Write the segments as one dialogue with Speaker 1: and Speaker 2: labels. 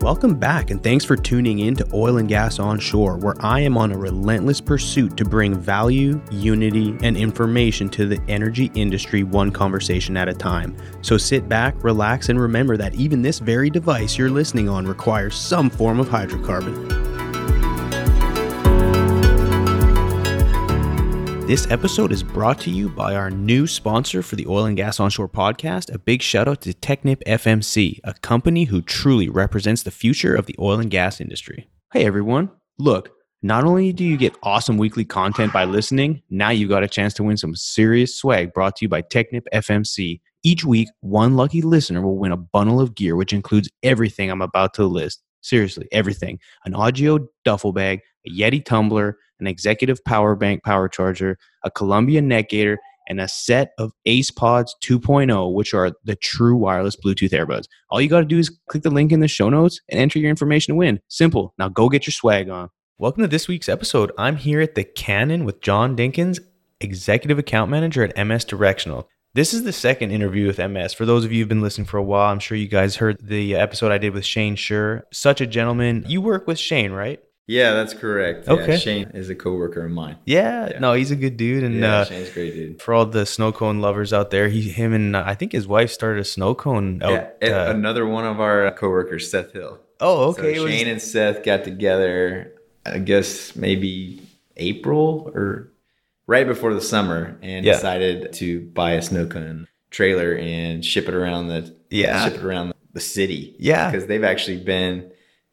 Speaker 1: Welcome back, and thanks for tuning in to Oil and Gas Onshore, where I am on a relentless pursuit to bring value, unity, and information to the energy industry one conversation at a time. So sit back, relax, and remember that even this very device you're listening on requires some form of hydrocarbon. This episode is brought to you by our new sponsor for the Oil and Gas Onshore podcast. A big shout out to Technip FMC, a company who truly represents the future of the oil and gas industry. Hey everyone, look, not only do you get awesome weekly content by listening, now you've got a chance to win some serious swag brought to you by Technip FMC. Each week, one lucky listener will win a bundle of gear, which includes everything I'm about to list. Seriously, everything an Audio duffel bag, a Yeti tumbler, an executive power bank power charger, a Columbia neck gaiter, and a set of Ace Pods 2.0, which are the true wireless Bluetooth earbuds. All you got to do is click the link in the show notes and enter your information to win. Simple. Now go get your swag on. Welcome to this week's episode. I'm here at the Cannon with John Dinkins, Executive Account Manager at MS Directional. This is the second interview with MS. For those of you who've been listening for a while, I'm sure you guys heard the episode I did with Shane Sure. Such a gentleman. You work with Shane, right?
Speaker 2: Yeah, that's correct. Yeah,
Speaker 1: Okay.
Speaker 2: Shane is a coworker of mine.
Speaker 1: Yeah,
Speaker 2: Yeah.
Speaker 1: no, he's a good dude, and
Speaker 2: yeah,
Speaker 1: uh,
Speaker 2: Shane's a great dude.
Speaker 1: for all the snow cone lovers out there, he, him, and uh, I think his wife started a snow cone. Out,
Speaker 2: yeah, and
Speaker 1: uh,
Speaker 2: another one of our coworkers, Seth Hill.
Speaker 1: oh,
Speaker 2: So
Speaker 1: okay. it was-
Speaker 2: Shane and Seth got together, I guess maybe April or right before the summer, and
Speaker 1: Yeah.
Speaker 2: decided to buy a snow cone trailer and ship it around the
Speaker 1: Yeah.
Speaker 2: ship it around the city.
Speaker 1: Yeah.
Speaker 2: because they've actually been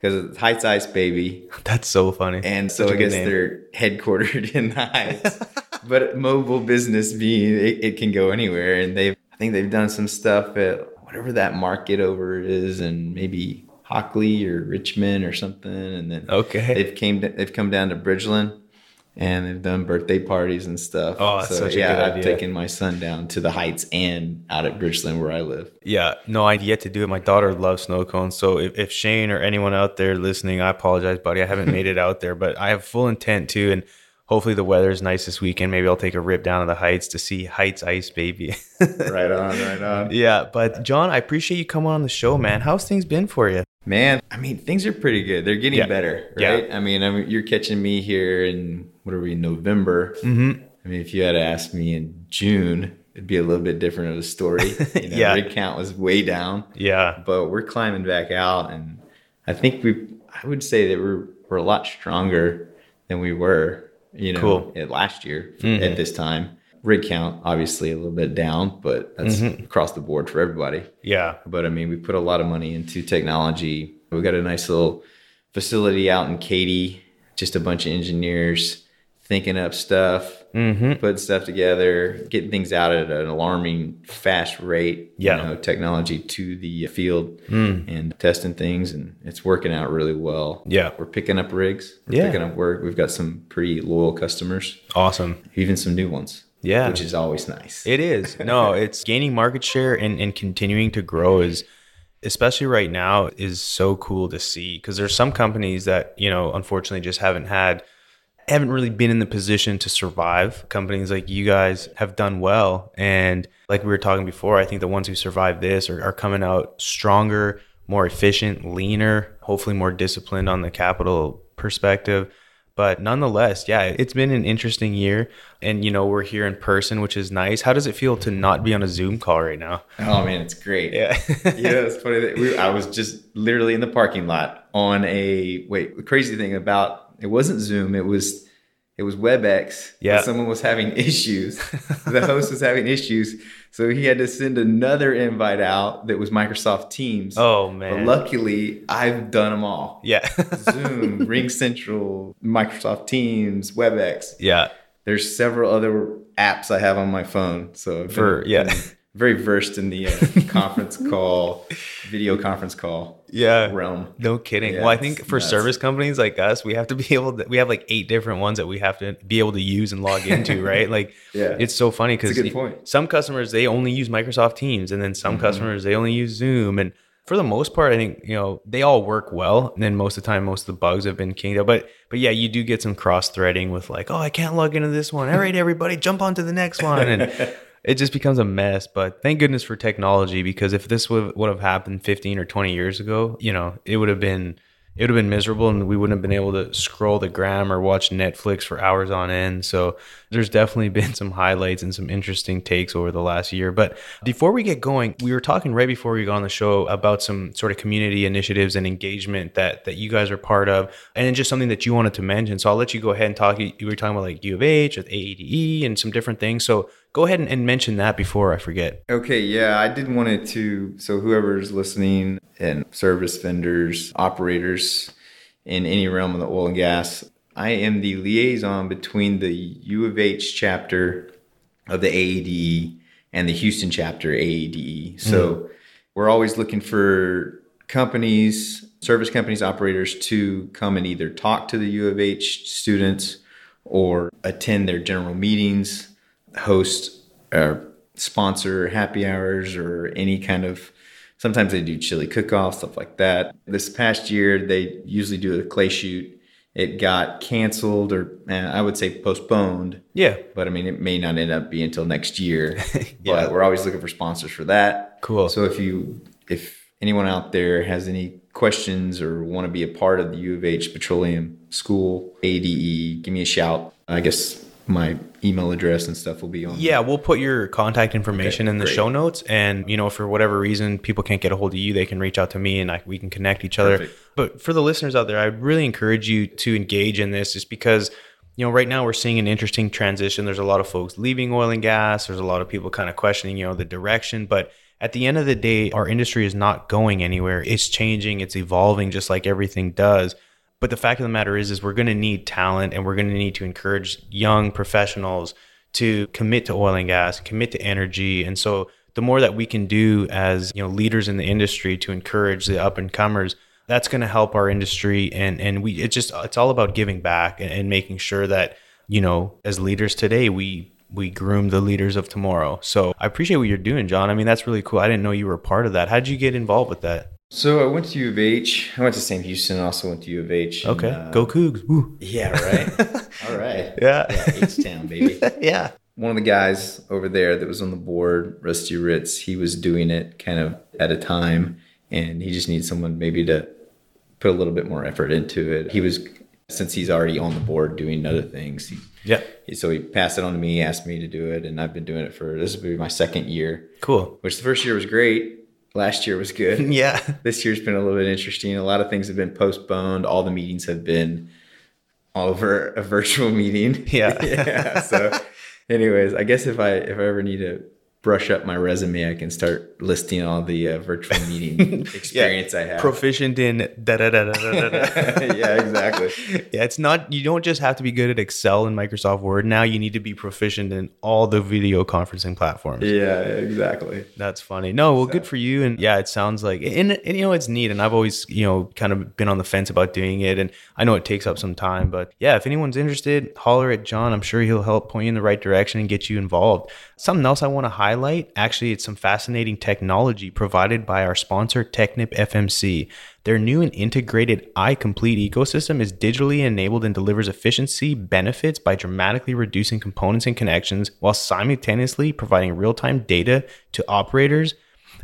Speaker 2: because it's Heights Ice Baby,
Speaker 1: that's so funny.
Speaker 2: and
Speaker 1: Such
Speaker 2: so
Speaker 1: a
Speaker 2: I
Speaker 1: good
Speaker 2: guess
Speaker 1: name.
Speaker 2: they're headquartered in the Heights. but mobile business being it, it can go anywhere and they've i think they've done some stuff at whatever that market over is and maybe hockley or richmond or something and then
Speaker 1: okay.
Speaker 2: they've came to, they've come down to bridgeland and they've done birthday parties and stuff
Speaker 1: Oh, that's such a
Speaker 2: yeah
Speaker 1: good
Speaker 2: i've
Speaker 1: idea.
Speaker 2: taken my son down to the heights and out at bridgeland where i live
Speaker 1: yeah, no, I'd yet to do it. My daughter loves snow cones, so if, if Shane or anyone out there listening, I apologize, buddy. I haven't made it out there, but I have full intent to, and hopefully the weather is nice this weekend. Maybe I'll take a rip down to the heights to see Heights Ice Baby.
Speaker 2: right on right on
Speaker 1: yeah, but John, I appreciate you coming on the show, man. How's things been for you?
Speaker 2: Man, I mean, things are pretty good. They're getting
Speaker 1: Yeah.
Speaker 2: better,
Speaker 1: Yeah.
Speaker 2: right? I mean, I mean, you're catching me here in what are we, November? Mm-hmm. I mean, if you had asked me in June, it'd be a little bit different of a story. You know,
Speaker 1: Yeah.
Speaker 2: rig count was way down,
Speaker 1: Yeah,
Speaker 2: but we're climbing back out, and I think we, I would say that we're we're a lot stronger than we were, you know,
Speaker 1: Cool. Mm-hmm.
Speaker 2: at last year at this time. Rig count, obviously, a little bit down, but that's
Speaker 1: Mm-hmm.
Speaker 2: across the board for everybody.
Speaker 1: yeah,
Speaker 2: But I mean, we put a lot of money into technology. We got a nice little facility out in Katy, just a bunch of engineers thinking up stuff,
Speaker 1: Mhm.
Speaker 2: putting stuff together, getting things out at an alarming fast rate.
Speaker 1: Yeah. Mm.
Speaker 2: You know, technology to the field and testing things, and it's working out really well.
Speaker 1: Yeah.
Speaker 2: We're picking up rigs, we're
Speaker 1: Yeah.
Speaker 2: picking up work. We've got some pretty loyal customers,
Speaker 1: awesome.
Speaker 2: even some new ones.
Speaker 1: Yeah.
Speaker 2: Which is always nice.
Speaker 1: It is. No, it's gaining market share and, and continuing to grow is especially right now is so cool to see because there's some companies that, you know, unfortunately just haven't had haven't really been in the position to survive. Companies like you guys have done well. And like we were talking before, I think the ones who survived this are, are coming out stronger, more efficient, leaner, hopefully more disciplined on the capital perspective. But nonetheless, yeah, it's been an interesting year. And, you know, we're here in person, which is nice. How does it feel to not be on a Zoom call right now?
Speaker 2: oh man, it's great.
Speaker 1: Yeah.
Speaker 2: yeah, it's funny that we, I was just literally in the parking lot on a wait. The crazy thing about it wasn't Zoom; it was it was WebEx. but
Speaker 1: Yeah.
Speaker 2: someone was having issues. the host was having issues, so he had to send another invite out that was Microsoft Teams.
Speaker 1: oh,
Speaker 2: but
Speaker 1: man.
Speaker 2: luckily, I've done them all.
Speaker 1: yeah.
Speaker 2: Zoom, Ring Central, Microsoft Teams, WebEx.
Speaker 1: yeah.
Speaker 2: There's several other apps I have on my phone. So I've
Speaker 1: For,
Speaker 2: been-
Speaker 1: yeah.
Speaker 2: very versed in the uh, conference call, video conference call
Speaker 1: Yeah.
Speaker 2: realm.
Speaker 1: No kidding.
Speaker 2: Yeah,
Speaker 1: well, I think
Speaker 2: it's
Speaker 1: for
Speaker 2: nuts.
Speaker 1: service companies like us, we have to be able to, we have like eight different ones that we have to be able to use and log into, right? Like,
Speaker 2: Yeah.
Speaker 1: it's so funny because
Speaker 2: It's a good point. Mm-hmm.
Speaker 1: some customers, they only use Microsoft Teams and then some customers, they only use Zoom. And for the most part, I think, you know, they all work well. And then most of the time, most of the bugs have been kinged out. But, but yeah, you do get some cross threading with like, oh, I can't log into this one. All right, everybody, jump onto the next one. And, it just becomes a mess. But thank goodness for technology because if this would would have happened 15 or 20 years ago, you know, it would have been it would have been miserable and we wouldn't have been able to scroll the gram or watch Netflix for hours on end. So there's definitely been some highlights and some interesting takes over the last year. But before we get going, we were talking right before we got on the show about some sort of community initiatives and engagement that that you guys are part of and then just something that you wanted to mention. So I'll let you go ahead and talk. You you were talking about like U of H with AADE E and some different things. So go ahead and, and mention that before I forget.
Speaker 2: Okay, yeah, I did want it to. So, whoever's listening and service vendors, operators in any realm of the oil and gas, I am the liaison between the U of H chapter of the AEDE E and the Houston chapter AEDE. E. So, we're always looking for companies, service companies, operators to come and either talk to the U of H students or attend their general meetings, host or sponsor happy hours or any kind of sometimes they do chili cook-off stuff like that this past year they usually do a clay shoot it got canceled or eh, i would say postponed
Speaker 1: Yeah.
Speaker 2: but i mean it may not end up being until next year
Speaker 1: Yeah.
Speaker 2: but we're always looking for sponsors for that
Speaker 1: Cool.
Speaker 2: so if you if anyone out there has any questions or want to be a part of the U of H Petroleum School ADE, give me a shout. I guess my email address and stuff will be on.
Speaker 1: Yeah, we'll put your contact information
Speaker 2: Um, Okay,
Speaker 1: in the
Speaker 2: great.
Speaker 1: show notes, and you know, if for whatever reason people can't get a hold of you, they can reach out to me, and I, we can connect each other.
Speaker 2: Perfect.
Speaker 1: But for the listeners out there, I really encourage you to engage in this, just because you know, right now we're seeing an interesting transition. There's a lot of folks leaving oil and gas. There's a lot of people kind of questioning, you know, the direction, but at the end of the day, our industry is not going anywhere. It's changing, it's evolving just like everything does. But the fact of the matter is, is we're going to need talent, and we're going to need to encourage young professionals to commit to oil and gas, commit to energy, and so the more that we can do as you know leaders in the industry to encourage the up and comers, that's going to help our industry, and and we it's just it's all about giving back and, and making sure that you know as leaders today we we groom the leaders of tomorrow. So I appreciate what you're doing, John. I mean that's really cool. I didn't know you were a part of that. How did you get involved with that?
Speaker 2: So I went to U of H. I went to Sam Houston. and Also went to U of H. and,
Speaker 1: Okay,
Speaker 2: uh,
Speaker 1: go Cougs. Woo.
Speaker 2: Yeah. Right. All right.
Speaker 1: Yeah.
Speaker 2: H Town, baby.
Speaker 1: yeah.
Speaker 2: one of the guys over there that was on the board, Rusty Ritz, he was doing it kind of at a time, and he just needs someone maybe to put a little bit more effort into it. He was since he's already on the board doing other things. He,
Speaker 1: Yeah.
Speaker 2: so he passed it on to me, asked me to do it, and I've been doing it for this will be my second year.
Speaker 1: Cool.
Speaker 2: Which the first year was great, last year was good
Speaker 1: Yeah.
Speaker 2: this year's been a little bit interesting. A lot of things have been postponed. All the meetings have been over a virtual meeting.
Speaker 1: Yeah.
Speaker 2: yeah. So, anyways, I guess if I if I ever need to brush up my resume, I can start listing all the uh, virtual meeting experience I have.
Speaker 1: Proficient in da da da da da da.
Speaker 2: yeah, exactly.
Speaker 1: Yeah, it's not you don't just have to be good at Excel and Microsoft Word. Now you need to be proficient in all the video conferencing platforms.
Speaker 2: Yeah, exactly.
Speaker 1: That's funny. No, well, good for you. And yeah, it sounds like, and, and you know, it's neat. And I've always, you know, kind of been on the fence about doing it. And I know it takes up some time, but yeah, if anyone's interested, holler at John. I'm sure he'll help point you in the right direction and get you involved. Something else I want to highlight actually, it's some fascinating technology provided by our sponsor, TechNip FMC. Their new and integrated iComplete ecosystem is digitally enabled and delivers efficiency benefits by dramatically reducing components and connections while simultaneously providing real time data to operators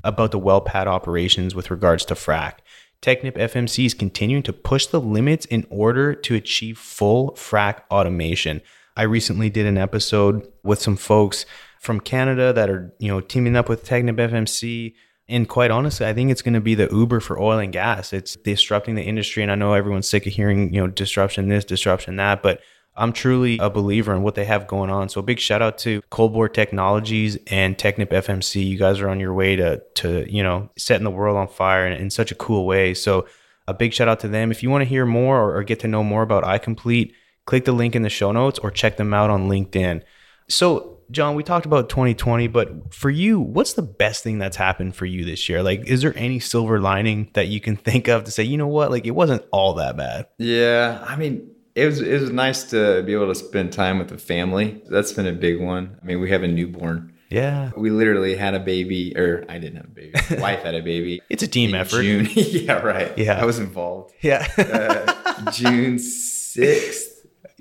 Speaker 1: about the well pad operations with regards to frac. TechNip FMC is continuing to push the limits in order to achieve full frac automation. I recently did an episode with some folks from Canada that are, you know, teaming up with TechNip FMC. And quite honestly, I think it's going to be the Uber for oil and gas. It's disrupting the industry. And I know everyone's sick of hearing, you know, disruption this, disruption that. But I'm truly a believer in what they have going on. So a big shout out to Coldbore Technologies and Technip FMC. You guys are on your way to to you know setting the world on fire in, in such a cool way. So a big shout out to them. If you want to hear more or, or get to know more about iComplete, click the link in the show notes or check them out on LinkedIn. So John, we talked about 2020, but for you, what's the best thing that's happened for you this year? Like, is there any silver lining that you can think of to say, you know what, like it wasn't all that bad?
Speaker 2: Yeah, I mean, it was it was nice to be able to spend time with the family. That's been a big one. I mean, we have a newborn.
Speaker 1: Yeah,
Speaker 2: We literally had a baby, or I didn't have a baby. My wife had a baby.
Speaker 1: it's a team effort.
Speaker 2: June. Uh, yeah, right.
Speaker 1: Yeah.
Speaker 2: I was involved.
Speaker 1: Yeah.
Speaker 2: Uh, June 6th.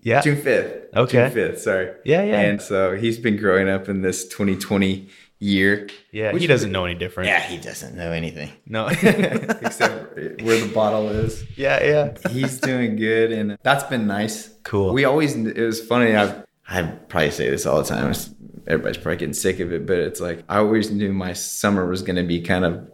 Speaker 1: Yeah.
Speaker 2: June 5th.
Speaker 1: Okay.
Speaker 2: June 5th, sorry.
Speaker 1: Yeah, yeah.
Speaker 2: And so he's been growing up in this 2020 year.
Speaker 1: yeah.
Speaker 2: Which-
Speaker 1: He doesn't know any different.
Speaker 2: Yeah, he doesn't know anything
Speaker 1: No.
Speaker 2: except where the bottle is.
Speaker 1: yeah. Yeah.
Speaker 2: He's doing good, and that's been nice.
Speaker 1: Cool.
Speaker 2: We always, it was funny. I I probably say this all the time. It's- everybody's probably getting sick of it, but it's like I always knew my summer was going to be kind of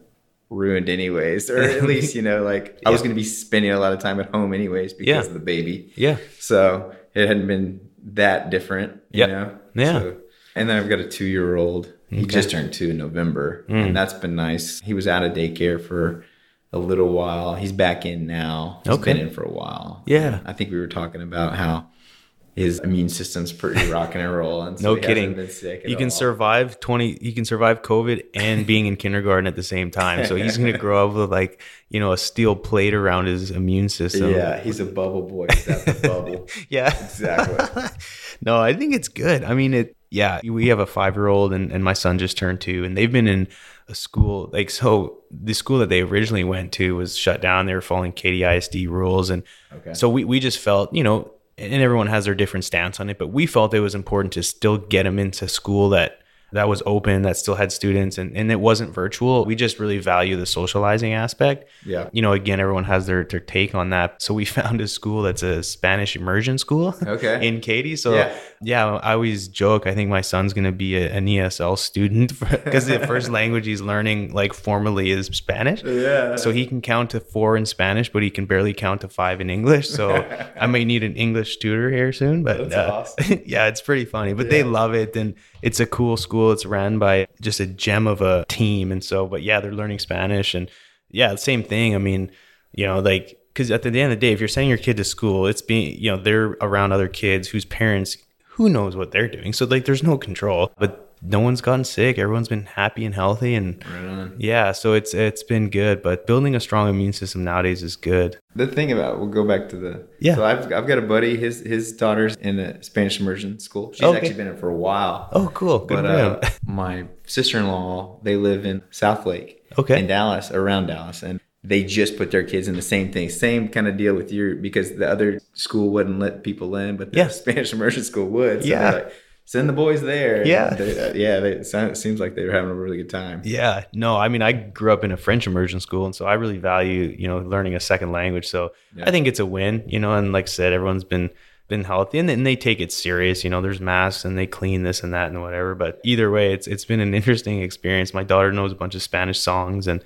Speaker 2: ruined, anyways, or at least you know, like I was going to be spending a lot of time at home, anyways, because
Speaker 1: Yeah.
Speaker 2: of the baby.
Speaker 1: Yeah.
Speaker 2: So it hadn't been that different, you
Speaker 1: Yep.
Speaker 2: know?
Speaker 1: Yeah.
Speaker 2: So- and then I've got a two year old. He just turned two in November,
Speaker 1: Mm.
Speaker 2: and that's been nice. He was out of daycare for a little while. He's back in now. He's
Speaker 1: Okay.
Speaker 2: been in for a while.
Speaker 1: Yeah.
Speaker 2: I think we were talking about how his immune system's pretty rock and roll. And
Speaker 1: No
Speaker 2: so he hasn't
Speaker 1: kidding.
Speaker 2: been sick at
Speaker 1: You can
Speaker 2: all.
Speaker 1: survive 20 you can survive COVID and being in kindergarten at the same time. So he's going to grow up with like, you know, a steel plate around his immune system.
Speaker 2: Yeah, he's a bubble boy. That's a bubble.
Speaker 1: Yeah.
Speaker 2: Exactly.
Speaker 1: no, I think it's good. I mean, it, yeah, we have a five year old and, and my son just turned two, and they've been in a school. Like, so the school that they originally went to was shut down. They were following KDISD rules. And
Speaker 2: Okay.
Speaker 1: so we, we just felt, you know, and everyone has their different stance on it, but we felt it was important to still get them into school that that was open that still had students and, and it wasn't virtual we just really value the socializing aspect
Speaker 2: Yeah.
Speaker 1: you know again everyone has their, their take on that so we found a school that's a spanish immersion school
Speaker 2: Okay.
Speaker 1: in Katy. So
Speaker 2: Yeah.
Speaker 1: yeah. I always joke. I think my son's gonna be a, an ESL student because the first language he's learning, like formally, is Spanish.
Speaker 2: Yeah.
Speaker 1: So he can count to four in Spanish, but he can barely count to five in English. So I may need an English tutor here soon. But uh,
Speaker 2: That's awesome.
Speaker 1: yeah, it's pretty funny. But they love it, and it's a cool school. It's ran by just a gem of a team, and so. But yeah, they're learning Spanish, and yeah, same thing. I mean, you know, like because at the end of the day, if you're sending your kid to school, it's being you know they're around other kids whose parents who knows what they're doing. So like, there's no control, but. No one's gotten sick. Everyone's been happy and healthy, and
Speaker 2: Right on.
Speaker 1: yeah, so it's it's been good, but building a strong immune system nowadays is good.
Speaker 2: The thing about we'll go back to the
Speaker 1: Yeah.
Speaker 2: So I've, I've got a buddy. His his daughter's in a Spanish immersion school. She's
Speaker 1: Okay.
Speaker 2: actually been in for a while.
Speaker 1: Oh, cool. Good
Speaker 2: but
Speaker 1: for
Speaker 2: uh,
Speaker 1: him.
Speaker 2: my sister in law, they live in South Lake.
Speaker 1: Okay.
Speaker 2: In Dallas, around Dallas, and they just put their kids in the same thing, same kind of deal with you because the other school wouldn't let people in, but the
Speaker 1: Yeah.
Speaker 2: Spanish immersion school would. So
Speaker 1: Yeah.
Speaker 2: they're Like, Send the boys there. And
Speaker 1: Yeah.
Speaker 2: they, uh, yeah. They, it sound- it seems like they were having a really good time.
Speaker 1: Yeah, no, I mean, I grew up in a French immersion school, and so I really value you know learning a second language. So I think it's a win, you know. And like I said, everyone's been been healthy, and, and they take it serious. You know, there's masks, and they clean this and that and whatever. But either way, it's it's been an interesting experience. My daughter knows a bunch of Spanish songs, and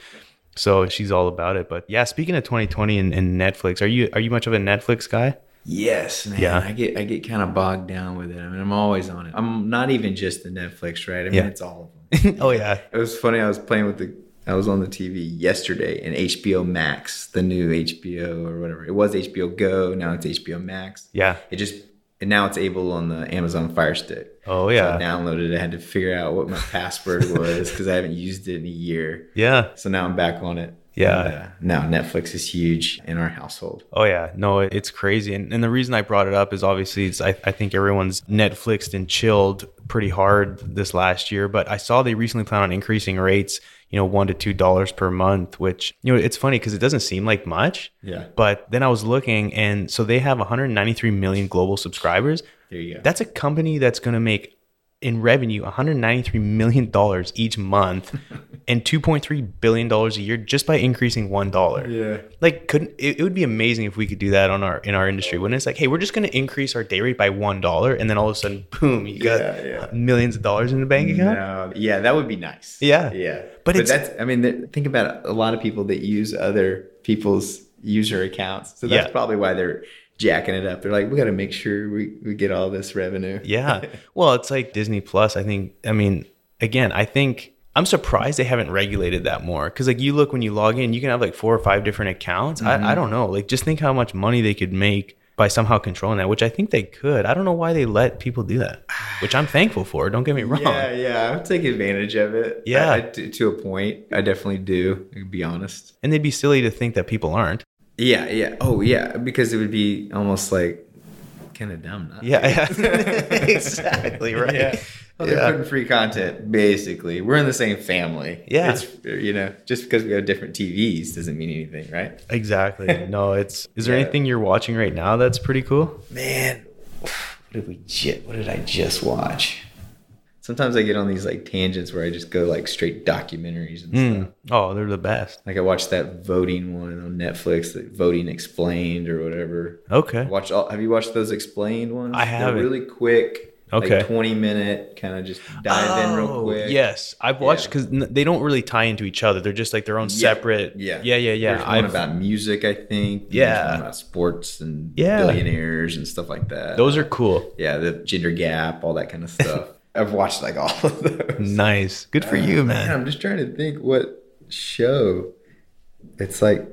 Speaker 1: so she's all about it. But yeah, speaking of 2020 and, and Netflix, are you are you much of a Netflix guy?
Speaker 2: Yes, man.
Speaker 1: Yeah.
Speaker 2: I get I get kind of bogged down with it. I mean, I'm always on it. I'm not even just the Netflix, right? I mean,
Speaker 1: Yeah.
Speaker 2: it's all of them.
Speaker 1: oh yeah,
Speaker 2: it was funny. I was playing with the. I was on the TV yesterday, and HBO Max, the new HBO or whatever. It was HBO Go. Now it's HBO Max.
Speaker 1: yeah.
Speaker 2: It just and now it's able on the Amazon Fire Stick.
Speaker 1: Oh
Speaker 2: So
Speaker 1: yeah,
Speaker 2: I downloaded. it. I had to figure out what my password was because I haven't used it in a year.
Speaker 1: yeah.
Speaker 2: So now I'm back on it.
Speaker 1: Yeah.
Speaker 2: And, uh, now Netflix is huge in our household.
Speaker 1: Oh yeah, no, it- it's crazy, and, and the reason I brought it up is obviously it's, I, I think everyone's Netflixed and chilled pretty hard this last year, but I saw they recently plan on increasing rates, you know, one to two dollars per month, which you know it's funny because it doesn't seem like much,
Speaker 2: Yeah.
Speaker 1: but then I was looking, and so they have 193 million global subscribers.
Speaker 2: There you go.
Speaker 1: That's a company that's going to make in revenue 193 million dollars each month, and 2.3 billion dollars a year just by increasing one dollar
Speaker 2: yeah.
Speaker 1: like couldn't it, it would be amazing if we could do that on our in our industry when it's like hey we're just going to increase our day rate by one dollar and then all of a sudden boom you got
Speaker 2: Yeah, yeah.
Speaker 1: millions of dollars in the bank account
Speaker 2: No, yeah, that would be nice.
Speaker 1: Yeah.
Speaker 2: yeah. But,
Speaker 1: it's-
Speaker 2: that's, I mean, th- think about it. a lot of people that use other people's user accounts. So that's
Speaker 1: Yeah.
Speaker 2: probably why they're jacking it up. They're like, we got to make sure we, we get all this revenue.
Speaker 1: yeah well it's like disney plus i think i mean again i think i'm surprised they haven't regulated that more because like you look when you log in you can have like four or five different accounts
Speaker 2: Mm-hmm.
Speaker 1: I, I don't know like just think how much money they could make by somehow controlling that which i think they could i don't know why they let people do that which i'm thankful for don't get me wrong
Speaker 2: Yeah, yeah, I would take advantage of it.
Speaker 1: Yeah.
Speaker 2: I- I- to, to a point. I definitely do. To be honest.
Speaker 1: and they'd be silly to think that people aren't
Speaker 2: Yeah, yeah. Oh, yeah. Because it would be almost like kind of dumb. Not
Speaker 1: Yeah, yeah. exactly right.
Speaker 2: Yeah. Well, Oh, they're
Speaker 1: Yeah.
Speaker 2: putting free content, basically. We're in the same family.
Speaker 1: Yeah.
Speaker 2: It's, you know, just because we have different TVs doesn't mean anything, right?
Speaker 1: Exactly. No, it's. Is there
Speaker 2: Yeah.
Speaker 1: anything you're watching right now that's pretty cool?
Speaker 2: Man, what did we just, what did I just watch? Sometimes I get on these like tangents where I just go like straight documentaries and stuff.
Speaker 1: Oh, they're the best.
Speaker 2: Like I watched that voting one on Netflix, like voting explained or whatever.
Speaker 1: Okay.
Speaker 2: Watch all. Have you watched those explained ones?
Speaker 1: I haven't.
Speaker 2: They're really quick.
Speaker 1: Okay.
Speaker 2: Like Twenty minute, kind of just dive in real
Speaker 1: Oh,
Speaker 2: quick.
Speaker 1: Yes, I've watched because they don't really tie into each other. They're just like their own
Speaker 2: Yeah,
Speaker 1: separate.
Speaker 2: Yeah.
Speaker 1: yeah, yeah, yeah.
Speaker 2: There's one
Speaker 1: I've-
Speaker 2: about music, I think. There's
Speaker 1: Yeah.
Speaker 2: one about sports and
Speaker 1: Yeah.
Speaker 2: billionaires and stuff like that.
Speaker 1: those are cool.
Speaker 2: yeah, the gender gap, all that kind of stuff. I've watched like all of those.
Speaker 1: Nice. Good for you, man.
Speaker 2: I'm just trying to think what show. It's like,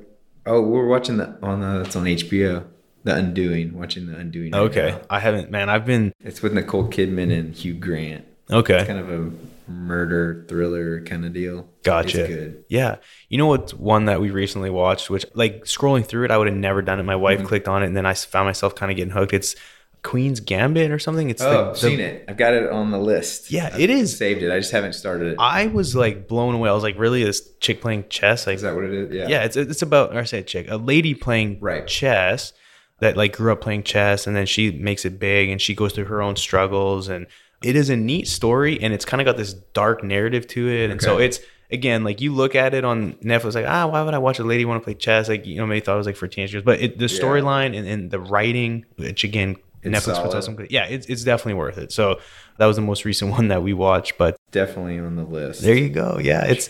Speaker 2: oh, we're watching the oh no, that's on HBO. The Undoing, watching The Undoing. right
Speaker 1: Okay,
Speaker 2: now.
Speaker 1: I haven't, man. I've been
Speaker 2: It's with Nicole Kidman and Hugh Grant.
Speaker 1: okay.
Speaker 2: Kind of a murder thriller kind of deal.
Speaker 1: Gotcha.
Speaker 2: It's good.
Speaker 1: Yeah. You know what's one that we recently watched, which like scrolling through it, I would have never done it. My wife
Speaker 2: Mm-hmm.
Speaker 1: clicked on it, and then I s- found myself kind of getting hooked. It's Queen's Gambit or something. It's
Speaker 2: Oh,
Speaker 1: the,
Speaker 2: I've
Speaker 1: the-
Speaker 2: seen it. I've got it on the list.
Speaker 1: Yeah,
Speaker 2: I've
Speaker 1: it is.
Speaker 2: Saved it. I just haven't started it.
Speaker 1: I was like blown away. I was like, really, this chick playing chess? Like,
Speaker 2: Is that what it is? Yeah.
Speaker 1: yeah, it's it's about or I say chick, a lady playing
Speaker 2: Right.
Speaker 1: chess that like grew up playing chess, and then she makes it big, and she goes through her own struggles, and it is a neat story, and it's kind of got this dark narrative to it, and so
Speaker 2: Okay.
Speaker 1: it's again like you look at it on Netflix, like ah, why would I watch a lady want to play chess? Like you know, maybe thought it was like for teenagers, but it, the storyline and, and the writing, which again.
Speaker 2: It's
Speaker 1: Netflix puts out
Speaker 2: solid.
Speaker 1: some good, yeah, it's, it's definitely worth it. So that was the most recent one that we watched, but
Speaker 2: Definitely on the list.
Speaker 1: there you go. Yeah, it's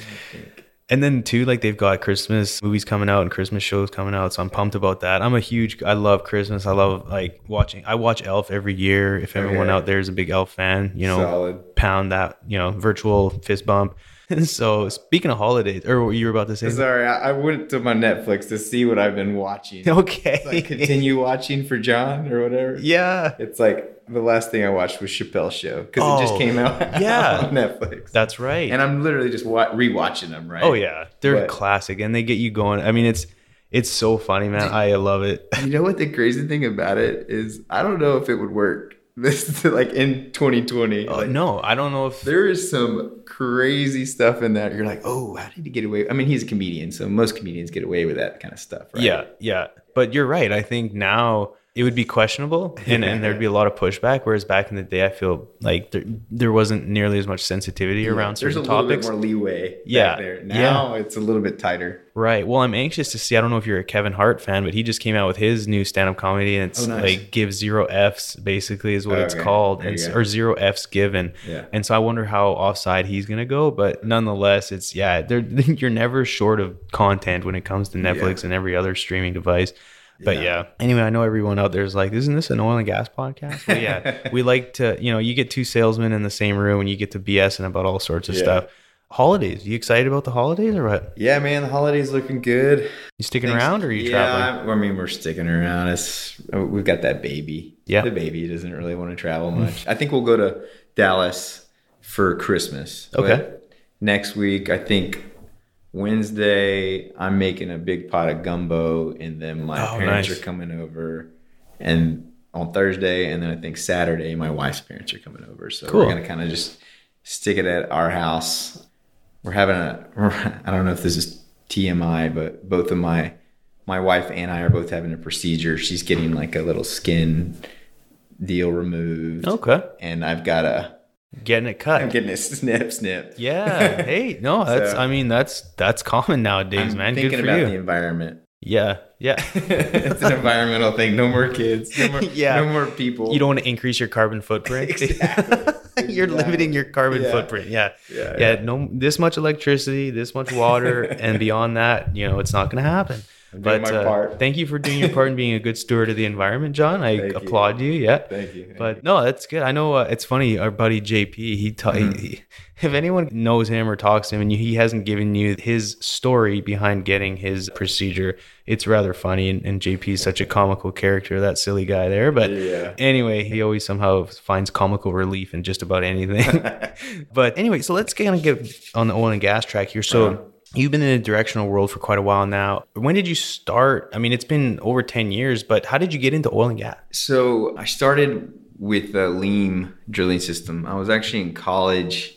Speaker 1: and then too, like they've got Christmas movies coming out and Christmas shows coming out, so I'm pumped about that. I'm a huge, I love Christmas. I love like watching. I watch Elf every year. If everyone
Speaker 2: Okay.
Speaker 1: out there is a big Elf fan, you know,
Speaker 2: Solid.
Speaker 1: pound that, you know, virtual fist bump. so speaking of holidays, or what you were about to say?
Speaker 2: Sorry, I, I went to my Netflix to see what I've been watching.
Speaker 1: okay.
Speaker 2: Like continue watching for John or whatever.
Speaker 1: yeah,
Speaker 2: It's like the last thing I watched was Chappelle's Show because it
Speaker 1: Oh,
Speaker 2: just came out
Speaker 1: yeah.
Speaker 2: on Netflix.
Speaker 1: that's right.
Speaker 2: and I'm literally just wa- rewatching them, right?
Speaker 1: oh yeah, they're
Speaker 2: But-
Speaker 1: classic, and they get you going. I mean, it's it's so funny, man. I love it.
Speaker 2: You know what the crazy thing about it is? I don't know if it would work. This is like in 2020.
Speaker 1: Uh,
Speaker 2: like,
Speaker 1: no, I don't know if
Speaker 2: There is some crazy stuff in that. You're like, oh, how did he get away? I mean, he's a comedian, so most comedians get away with that kind of stuff, right?
Speaker 1: Yeah, yeah. But you're right. I think now it would be questionable and, and there'd be a lot of pushback. Whereas back in the day, I feel like there, there wasn't nearly as much sensitivity around
Speaker 2: There's
Speaker 1: certain
Speaker 2: a little
Speaker 1: topics.
Speaker 2: bit more leeway. back
Speaker 1: Yeah.
Speaker 2: there. Now it's a little bit tighter.
Speaker 1: Right. Well, I'm anxious to see. I don't know if you're a Kevin Hart fan, but he just came out with his new stand up comedy and it's
Speaker 2: Oh, nice.
Speaker 1: like Give Zero F's, basically, is what it's
Speaker 2: Okay.
Speaker 1: called,
Speaker 2: There
Speaker 1: and,
Speaker 2: you
Speaker 1: s-
Speaker 2: go.
Speaker 1: or Zero F's Given.
Speaker 2: Yeah.
Speaker 1: And so I wonder how offside he's going to go. But nonetheless, it's, yeah, they're, you're never short of content when it comes to Netflix and every other streaming device. But yeah.
Speaker 2: Yeah.
Speaker 1: Anyway, I know everyone out there is like, isn't this an oil and gas podcast? Well, yeah. we like to, you know, you get two salesmen in the same room and you get to BS and about all sorts of
Speaker 2: Yeah.
Speaker 1: stuff. Holidays. You excited about the holidays or what?
Speaker 2: Yeah, man, the holidays looking good.
Speaker 1: You sticking
Speaker 2: Thanks-
Speaker 1: around or are you
Speaker 2: yeah,
Speaker 1: traveling?
Speaker 2: I'm- I mean, we're sticking around. It's oh, we've got that baby.
Speaker 1: Yeah.
Speaker 2: the baby doesn't really want to travel much. I think we'll go to Dallas for Christmas.
Speaker 1: Okay.
Speaker 2: But next week, I think Wednesday, I'm making a big pot of gumbo, and then my
Speaker 1: Oh,
Speaker 2: parents
Speaker 1: nice.
Speaker 2: are coming over, and on Thursday, and then I think Saturday, my wife's parents are coming over. So
Speaker 1: Cool.
Speaker 2: we're gonna kind of just stick it at our house we're having a i don't know if this is tmi but both of my my wife and i are both having a procedure she's getting like a little skin deal removed
Speaker 1: Okay.
Speaker 2: and i've got a
Speaker 1: Getting it cut.
Speaker 2: i'm getting a snip snip
Speaker 1: yeah. Hey, no, that's,
Speaker 2: So-
Speaker 1: I mean, that's, that's common nowadays,
Speaker 2: I'm
Speaker 1: man. Good
Speaker 2: thinking
Speaker 1: for
Speaker 2: about
Speaker 1: you.
Speaker 2: the environment
Speaker 1: Yeah. Yeah.
Speaker 2: it's an environmental thing no more kids no more,
Speaker 1: Yeah.
Speaker 2: no more people
Speaker 1: you don't want to increase your carbon footprint.
Speaker 2: Exactly.
Speaker 1: You're
Speaker 2: Exactly.
Speaker 1: limiting your carbon
Speaker 2: Yeah.
Speaker 1: footprint. Yeah.
Speaker 2: Yeah,
Speaker 1: yeah. No, this much electricity, this much water, and beyond that, you know, it's not going to happen.
Speaker 2: I'm doing
Speaker 1: but
Speaker 2: my
Speaker 1: uh,
Speaker 2: part.
Speaker 1: thank you for doing your part and being a good steward of the environment, John. I
Speaker 2: Thank you.
Speaker 1: applaud you. Yeah.
Speaker 2: thank you
Speaker 1: But no, that's good. I know uh, it's funny. Our buddy JP, he, ta- he- if anyone knows him or talks to him, and he hasn't given you his story behind getting his procedure, it's rather funny. And, and JP is such a comical character, that silly guy there. But
Speaker 2: Yeah.
Speaker 1: anyway, he always somehow finds comical relief in just about anything. but anyway, so let's kind of get on the oil and gas track here. So. You've been in the directional world for quite a while now. When did you start? I mean, it's been over 10 years, but how did you get into oil and gas?
Speaker 2: So I started with the Leem drilling system. I was actually in college,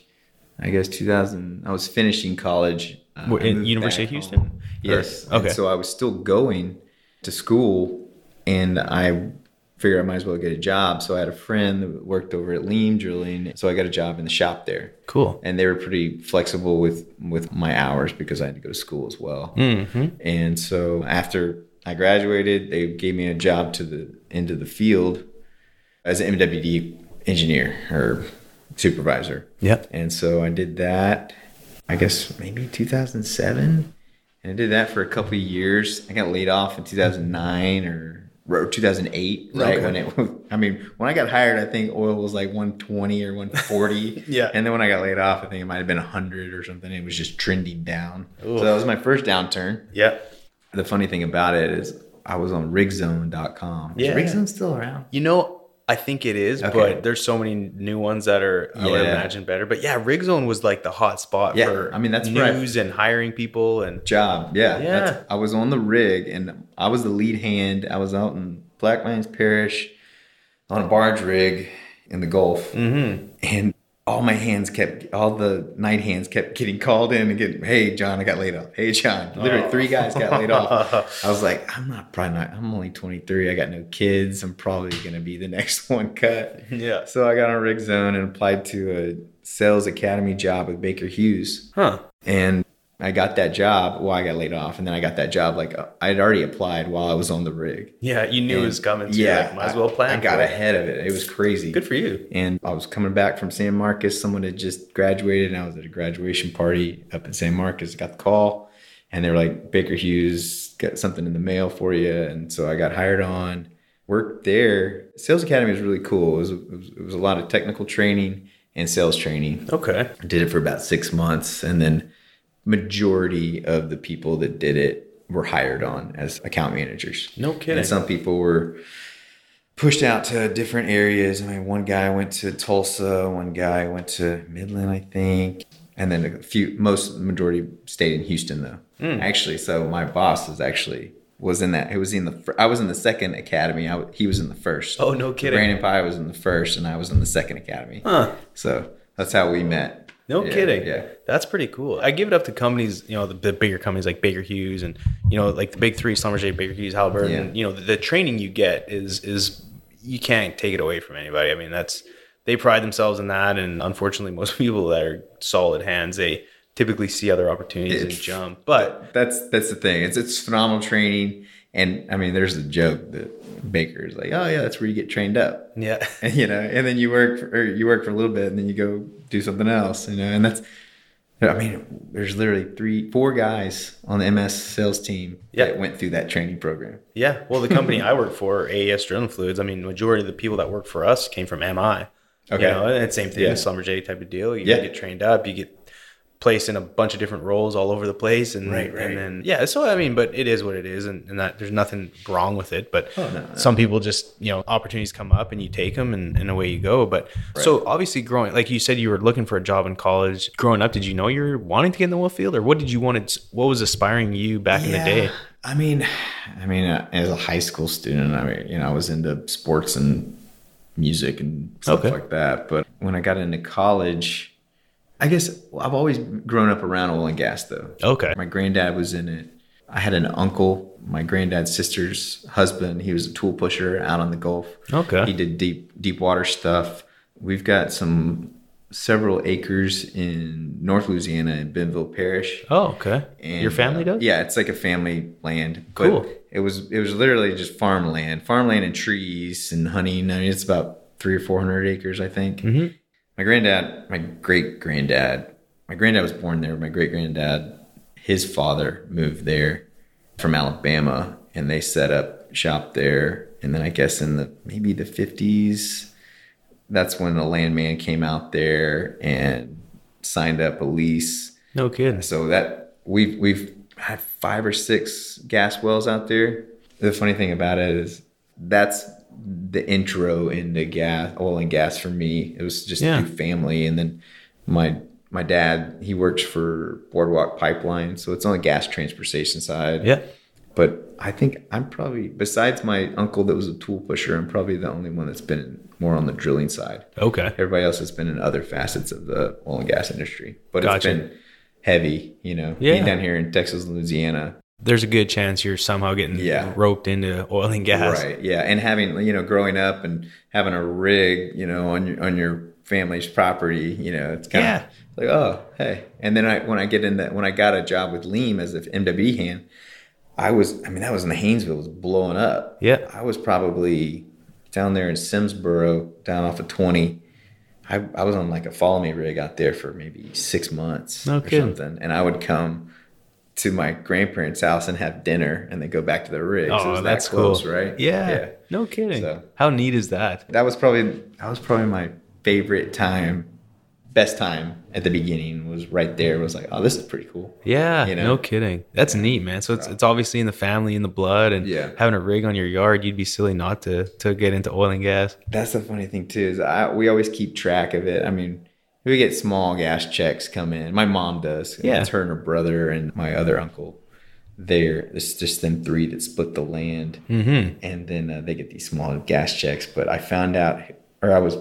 Speaker 2: I guess 2000. I was finishing college uh,
Speaker 1: Where-
Speaker 2: I
Speaker 1: in
Speaker 2: moved
Speaker 1: University
Speaker 2: back
Speaker 1: of Houston?
Speaker 2: home. Yes.
Speaker 1: Or-
Speaker 2: And
Speaker 1: okay.
Speaker 2: so I was still going to school, and I figure I might as well get a job. So I had a friend that worked over at Leem Drilling, so I got a job in the shop there.
Speaker 1: Cool.
Speaker 2: And they were pretty flexible with with my hours because I had to go to school as well.
Speaker 1: hmm
Speaker 2: And so after I graduated, they gave me a job to the into the field as an MWD engineer or supervisor.
Speaker 1: Yep.
Speaker 2: And so I did that, I guess maybe 2007. And I did that for a couple of years. I got laid off in 2009 or or 2008, right?
Speaker 1: Okay.
Speaker 2: When it, I mean, when I got hired, I think oil was like 120 or 140.
Speaker 1: Yeah.
Speaker 2: And then when I got laid off, I think it might have been 100 or something. It was just trending down.
Speaker 1: Oof.
Speaker 2: So that was my first downturn.
Speaker 1: Yep.
Speaker 2: The funny thing about it is I was on rigzone.com.
Speaker 1: Yeah.
Speaker 2: Is rigzone still around?
Speaker 1: You know, I think it is,
Speaker 2: Okay.
Speaker 1: but there's so many new ones that are I would
Speaker 2: Yeah.
Speaker 1: imagine better. But yeah, Rig Zone was like the hot spot
Speaker 2: Yeah,
Speaker 1: for
Speaker 2: I mean, that's where I-
Speaker 1: news and hiring people and
Speaker 2: job. Yeah.
Speaker 1: Yeah.
Speaker 2: That's- I was on the rig and I was the lead hand. I was out in Blackman's Parish on a barge rig in the Gulf.
Speaker 1: Mhm.
Speaker 2: And all my hands kept, all the night hands kept getting called in and getting, hey, John, I got laid off. Hey, John. Literally
Speaker 1: Oh.
Speaker 2: three guys got laid off. I was like, I'm not, probably not, I'm only 23. I got no kids. I'm probably going to be the next one cut.
Speaker 1: yeah.
Speaker 2: So I got on Rig Zone and applied to a sales academy job with Baker Hughes
Speaker 1: Huh.
Speaker 2: and I got that job. Well, I got laid off, and then I got that job. Like I had already applied while I was on the rig.
Speaker 1: Yeah, you knew it was coming. So yeah,
Speaker 2: yeah,
Speaker 1: like, might as well plan.
Speaker 2: I got
Speaker 1: for
Speaker 2: ahead of it. It was crazy.
Speaker 1: Good for you.
Speaker 2: And I was coming back from San Marcos. Someone had just graduated, and I was at a graduation party up in San Marcos. Got the call, and they were like, "Baker Hughes got something in the mail for you." And so I got hired on. Worked there. Sales Academy was really cool. It was, it was, it was a lot of technical training and sales training.
Speaker 1: Okay.
Speaker 2: I did it for about six months and then majority of the people that did it were hired on as account managers
Speaker 1: No kidding.
Speaker 2: and some people were pushed out to different areas i mean one guy went to tulsa one guy went to midland i think and then a few most majority stayed in houston though
Speaker 1: Hmm.
Speaker 2: actually so my boss was actually was in that he was in the fir- i was in the second academy I, w- he was in the first
Speaker 1: Oh, no kidding.
Speaker 2: brandon pye was in the first and i was in the second academy
Speaker 1: Huh.
Speaker 2: so that's how we met.
Speaker 1: No
Speaker 2: Yeah,
Speaker 1: kidding.
Speaker 2: Yeah.
Speaker 1: That's pretty cool. I give it up to companies, you know, the, the bigger companies like Baker Hughes and, you know, like the big three, Schlumberger, Baker Hughes, Halliburton,
Speaker 2: Yeah.
Speaker 1: you know, the, the training you get is, is you can't take it away from anybody. I mean, that's, they pride themselves in that. And unfortunately, most people that are solid hands, they typically see other opportunities and
Speaker 2: It's-
Speaker 1: jump. But
Speaker 2: That's that's the thing. It's it's phenomenal training. And I mean, there's the joke that Baker is like, oh yeah, that's where you get trained up,
Speaker 1: yeah,
Speaker 2: and, you know. And then you work for, or you work for a little bit, and then you go do something else, you know. And that's, I mean, there's literally three, four guys on the MS sales team
Speaker 1: Yeah.
Speaker 2: that went through that training program.
Speaker 1: yeah. Well, the company I work for, AES Drilling Fluids, I mean, majority of the people that work for us came from MI.
Speaker 2: Okay.
Speaker 1: You know, and it's same thing,
Speaker 2: Yeah.
Speaker 1: yeah. Summer J type of deal. You
Speaker 2: Yeah.
Speaker 1: get trained up, you get placed in a bunch of different roles all over the place, and
Speaker 2: Right, right.
Speaker 1: and then yeah. So I mean, but it is what it is, and, and that there's nothing wrong with it. But
Speaker 2: Oh, no, no.
Speaker 1: some people just you know opportunities come up and you take them, and, and away you go. But so obviously, growing like you said, you were looking for a job in college. Growing up, did you know you were wanting to get in the oil field, or what did you want to? What was aspiring you back in the day?
Speaker 2: I mean, I mean, uh, as a high school student, I mean, you know, I was into sports and music and stuff
Speaker 1: Okay.
Speaker 2: like that. But when I got into college, I guess well, I've always grown up around oil and gas, though.
Speaker 1: Okay.
Speaker 2: My granddad was in it. I had an uncle, my granddad's sister's husband. He was a tool pusher out on the Gulf.
Speaker 1: Okay.
Speaker 2: He did deep deep water stuff. We've got some several acres in North Louisiana in Benville Parish.
Speaker 1: Oh, okay.
Speaker 2: And,
Speaker 1: Your family
Speaker 2: uh,
Speaker 1: does?
Speaker 2: Yeah, it's like a family land.
Speaker 1: Cool.
Speaker 2: it was it was literally just farmland, farmland and trees and honey. And I mean, it's about three or four hundred acres, I think.
Speaker 1: Mhm.
Speaker 2: My granddad, my great granddad, my granddad was born there. My great granddad, his father moved there from Alabama, and they set up shop there. And then I guess in the maybe the fifties, that's when the landman came out there and signed up a lease.
Speaker 1: No kidding.
Speaker 2: So that we've we've had five or six gas wells out there. The funny thing about it is that's the intro into gas oil and gas for me. It was just
Speaker 1: Yeah.
Speaker 2: through family and then my my dad, he works for Boardwalk Pipeline, so it's on the gas transportation side.
Speaker 1: Yeah.
Speaker 2: But I think I'm probably besides my uncle that was a tool pusher, I'm probably the only one that's been more on the drilling side
Speaker 1: Okay.
Speaker 2: everybody else has been in other facets of the oil and gas industry, but
Speaker 1: Gotcha.
Speaker 2: it's been heavy, you know,
Speaker 1: Yeah.
Speaker 2: being down here in Texas, Louisiana.
Speaker 1: there's a good chance you're somehow getting
Speaker 2: Yeah.
Speaker 1: roped into oil and gas.
Speaker 2: Right. Yeah. And having you know, growing up and having a rig, you know, on your on your family's property, you know, it's kind
Speaker 1: Yeah.
Speaker 2: of like, oh, hey. And then I when I get in that when I got a job with Leem as the MWD hand, I was I mean that was in Hainesville, it was blowing up.
Speaker 1: Yeah.
Speaker 2: I was probably down there in Simsboro, down off of twenty. I, I was on like a follow me rig out there for maybe six months
Speaker 1: No
Speaker 2: or
Speaker 1: kidding.
Speaker 2: something, and I would come to my grandparents' house and have dinner, and then go back to the rig. So it
Speaker 1: Oh,
Speaker 2: was that
Speaker 1: that's
Speaker 2: close,
Speaker 1: cool,
Speaker 2: right?
Speaker 1: Yeah. No kidding.
Speaker 2: So-
Speaker 1: How neat is that?
Speaker 2: that was probably that was probably my favorite time, best time at the beginning was right there. Was like, oh, this is pretty cool.
Speaker 1: Yeah,
Speaker 2: You know?
Speaker 1: no kidding. That's neat, man. So it's it's obviously in the family, in the blood, and
Speaker 2: Yeah.
Speaker 1: having a rig on your yard, you'd be silly not to to get into oil and gas.
Speaker 2: That's the funny thing too is I we always keep track of it. I mean, we get small gas checks come in. My mom does.
Speaker 1: Yeah.
Speaker 2: it's her and her brother and my other uncle. There, it's just them three that split the land,
Speaker 1: Mm-hmm.
Speaker 2: and then uh, they get these small gas checks. But I found out, or I was,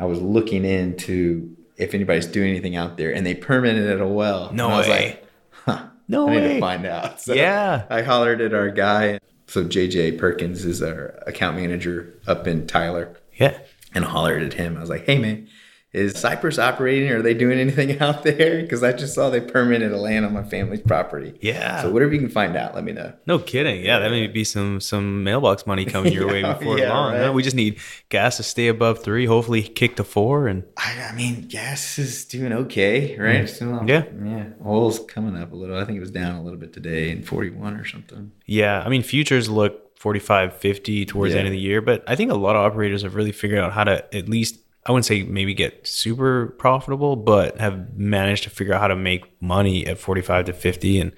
Speaker 2: I was looking into if anybody's doing anything out there, and they permitted it a well.
Speaker 1: No
Speaker 2: And I was
Speaker 1: way.
Speaker 2: like, huh.
Speaker 1: No
Speaker 2: I need
Speaker 1: way.
Speaker 2: to find out. So
Speaker 1: Yeah.
Speaker 2: I hollered at our guy. So JJ Perkins is our account manager up in Tyler
Speaker 1: Yeah.
Speaker 2: and hollered at him. I was like, hey, man, is Cypress operating? Are they doing anything out there? Because I just saw they permitted a land on my family's property.
Speaker 1: Yeah.
Speaker 2: So whatever you can find out, let me know.
Speaker 1: no kidding. Yeah, that may be some some mailbox money coming your way
Speaker 2: Yeah,
Speaker 1: before
Speaker 2: yeah,
Speaker 1: long. huh?
Speaker 2: right.
Speaker 1: We just need gas to stay above three, hopefully kick to four and
Speaker 2: I, I mean, gas is doing okay, right? It's still on-
Speaker 1: Mm. Yeah.
Speaker 2: Yeah. Oil's coming up a little. I think it was down a little bit today in 41 or something.
Speaker 1: Yeah, I mean futures look 45 50 towards the
Speaker 2: Yeah.
Speaker 1: end of the year, but I think a lot of operators have really figured out how to at least I wouldn't say maybe get super profitable, but have managed to figure out how to make money at 45 to 50 and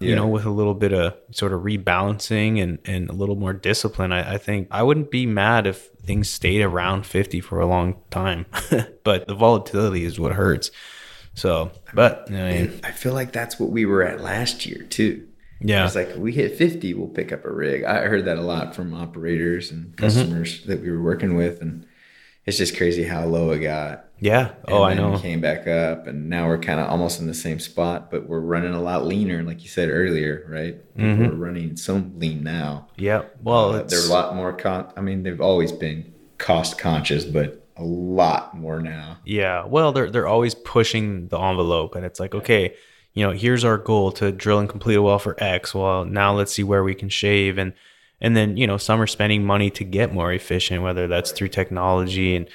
Speaker 1: you
Speaker 2: Yeah.
Speaker 1: know with a little bit of sort of rebalancing and and a little more discipline I, I think i wouldn't be mad if things stayed around 50 for a long time but the volatility is what hurts so but I mean,
Speaker 2: I feel like that's what we were at last year, too.
Speaker 1: yeah
Speaker 2: It's like we hit 50, we'll pick up a rig. I heard that a lot from operators
Speaker 1: Mm-hmm.
Speaker 2: and customers that we were working with. And it's just crazy how low it got.
Speaker 1: yeah oh
Speaker 2: and
Speaker 1: i
Speaker 2: then
Speaker 1: know
Speaker 2: Came back up, and now we're kind of almost in the same spot, but we're running a lot leaner, like you said earlier, right? We're running so lean now.
Speaker 1: yeah well Mm-hmm.
Speaker 2: Uh, they're
Speaker 1: Oh, it's-
Speaker 2: a lot more. Con- I mean, they've always been cost conscious, but a lot more now.
Speaker 1: Yeah. Well, they're they're always pushing the envelope, and it's like, okay, you know, here's our goal to drill and complete a well for X. Well, now let's see where we can shave, and and then you know, some are spending money to get more efficient, whether that's through technology and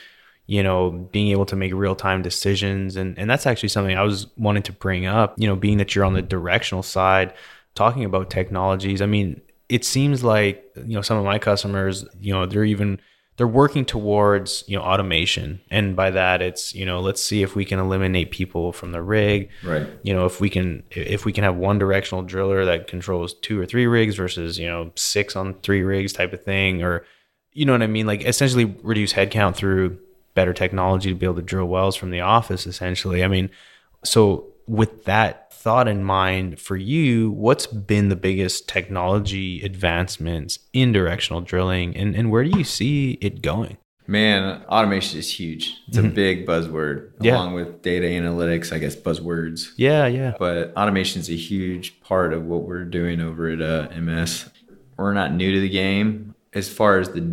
Speaker 1: you know being able to make real time decisions, and and that's actually something I was wanting to bring up. You know, being that you're on the directional side, talking about technologies. I mean, it seems like you know some of my customers, you know, they're even they're working towards you know automation and by that it's you know let's see if we can eliminate people from the rig
Speaker 2: Right.
Speaker 1: you know if we can if we can have one directional driller that controls two or three rigs versus you know six on three rigs type of thing or you know what i mean like essentially reduce headcount through better technology to be able to drill wells from the office essentially i mean so with that thought in mind for you what's been the biggest technology advancements in directional drilling and, and where do you see it going
Speaker 2: Man, automation is huge. It's a big buzzword,
Speaker 1: Mm-hmm. Yeah.
Speaker 2: along with data analytics, I guess, buzzwords.
Speaker 1: yeah yeah
Speaker 2: but automation is a huge part of what we're doing over at uh, MS. We're not new to the game as far as the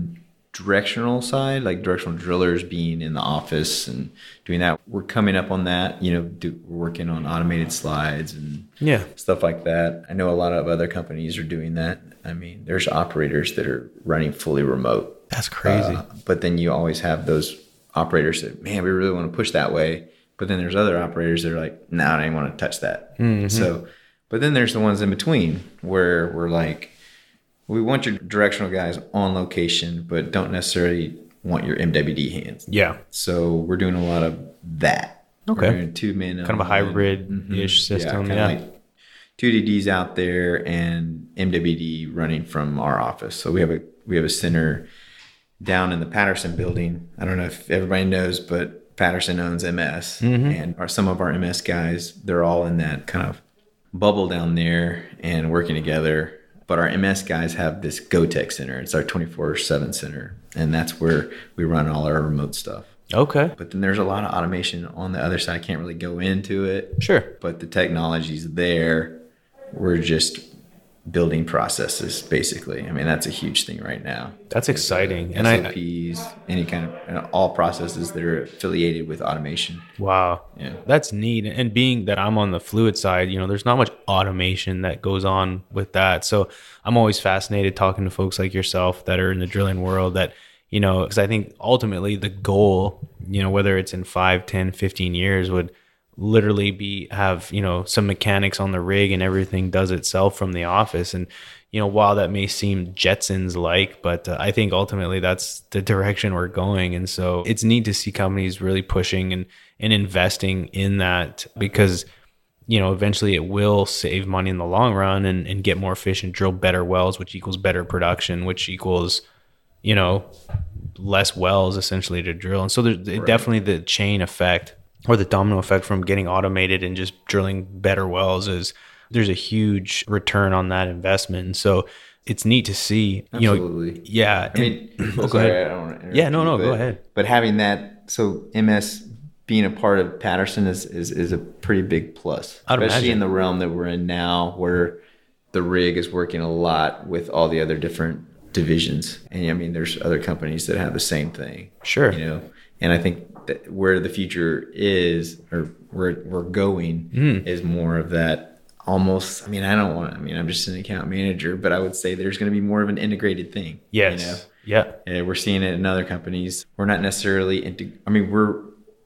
Speaker 2: directional side, like directional drillers being in the office and doing that. We're coming up on that, you know, do, we're working on automated slides and
Speaker 1: yeah
Speaker 2: stuff like that. I know a lot of other companies are doing that. I mean, there's operators that are running fully remote
Speaker 1: that's crazy
Speaker 2: uh, but then you always have those operators that, man, we really want to push that way. But then there's other operators that are like, no, I don't want to touch that. So, but then there's the ones in between where we're like, we want your directional guys on location, but don't necessarily want your MWD hands.
Speaker 1: yeah
Speaker 2: So we're doing a lot of that.
Speaker 1: Okay.
Speaker 2: two men Mm-hmm.
Speaker 1: kind of a hybrid-ish system. Yeah,
Speaker 2: two DDs out there and MWD running from our office. So we have a we have a center down in the Patterson building. I don't know if everybody knows, but Patterson owns MS,
Speaker 1: Mm-hmm.
Speaker 2: and our, some of our MS guys they're all in that kind of bubble down there and working together. But our MS guys have this GoTech center. It's our 24/7 center, and that's where we run all our remote stuff.
Speaker 1: okay,
Speaker 2: But then there's a lot of automation on the other side. I can't really go into it
Speaker 1: sure.
Speaker 2: but the technology's there. We're just building processes basically i mean that's a huge thing right now
Speaker 1: That's exciting. And I
Speaker 2: SOPs, any kind of and all processes that are affiliated with automation
Speaker 1: wow.
Speaker 2: yeah
Speaker 1: That's neat. And being that I'm on the fluid side, you know, there's not much automation that goes on with that. So I'm always fascinated talking to folks like yourself that are in the drilling world that, you know, because I think ultimately the goal, you know, whether it's in 5, 10, 15 years would literally be have, you know, some mechanics on the rig and everything does itself from the office. And, you know, while that may seem Jetsons like, but uh, I think ultimately that's the direction we're going. And so it's neat to see companies really pushing and, and investing in that because you know eventually it will save money in the long run and, and get more efficient drill better wells which equals better production which equals you know less wells essentially to drill and so there's it definitely the chain effect or the domino effect from getting automated and just drilling better wells is there's a huge return on that investment and so it's neat to see you know
Speaker 2: absolutely
Speaker 1: yeah
Speaker 2: I mean,
Speaker 1: Oh, go
Speaker 2: sorry,
Speaker 1: ahead.
Speaker 2: I don't wanna interrupt
Speaker 1: Yeah, no,
Speaker 2: you,
Speaker 1: no,
Speaker 2: but,
Speaker 1: go ahead.
Speaker 2: But having that, so MS being a part of Patterson is is, is a pretty big plus,
Speaker 1: I'd
Speaker 2: especially
Speaker 1: imagine.
Speaker 2: in the realm that we're in now, where the rig is working a lot with all the other different divisions. And I mean, there's other companies that have the same thing
Speaker 1: sure
Speaker 2: you know and i think that where the future is or where we're going
Speaker 1: Mm.
Speaker 2: is more of that almost i mean i don't want i mean i'm just an account manager but i would say there's going to be more of an integrated thing
Speaker 1: yes yeah
Speaker 2: and Eh, we're seeing it in other companies we're not necessarily into i mean we're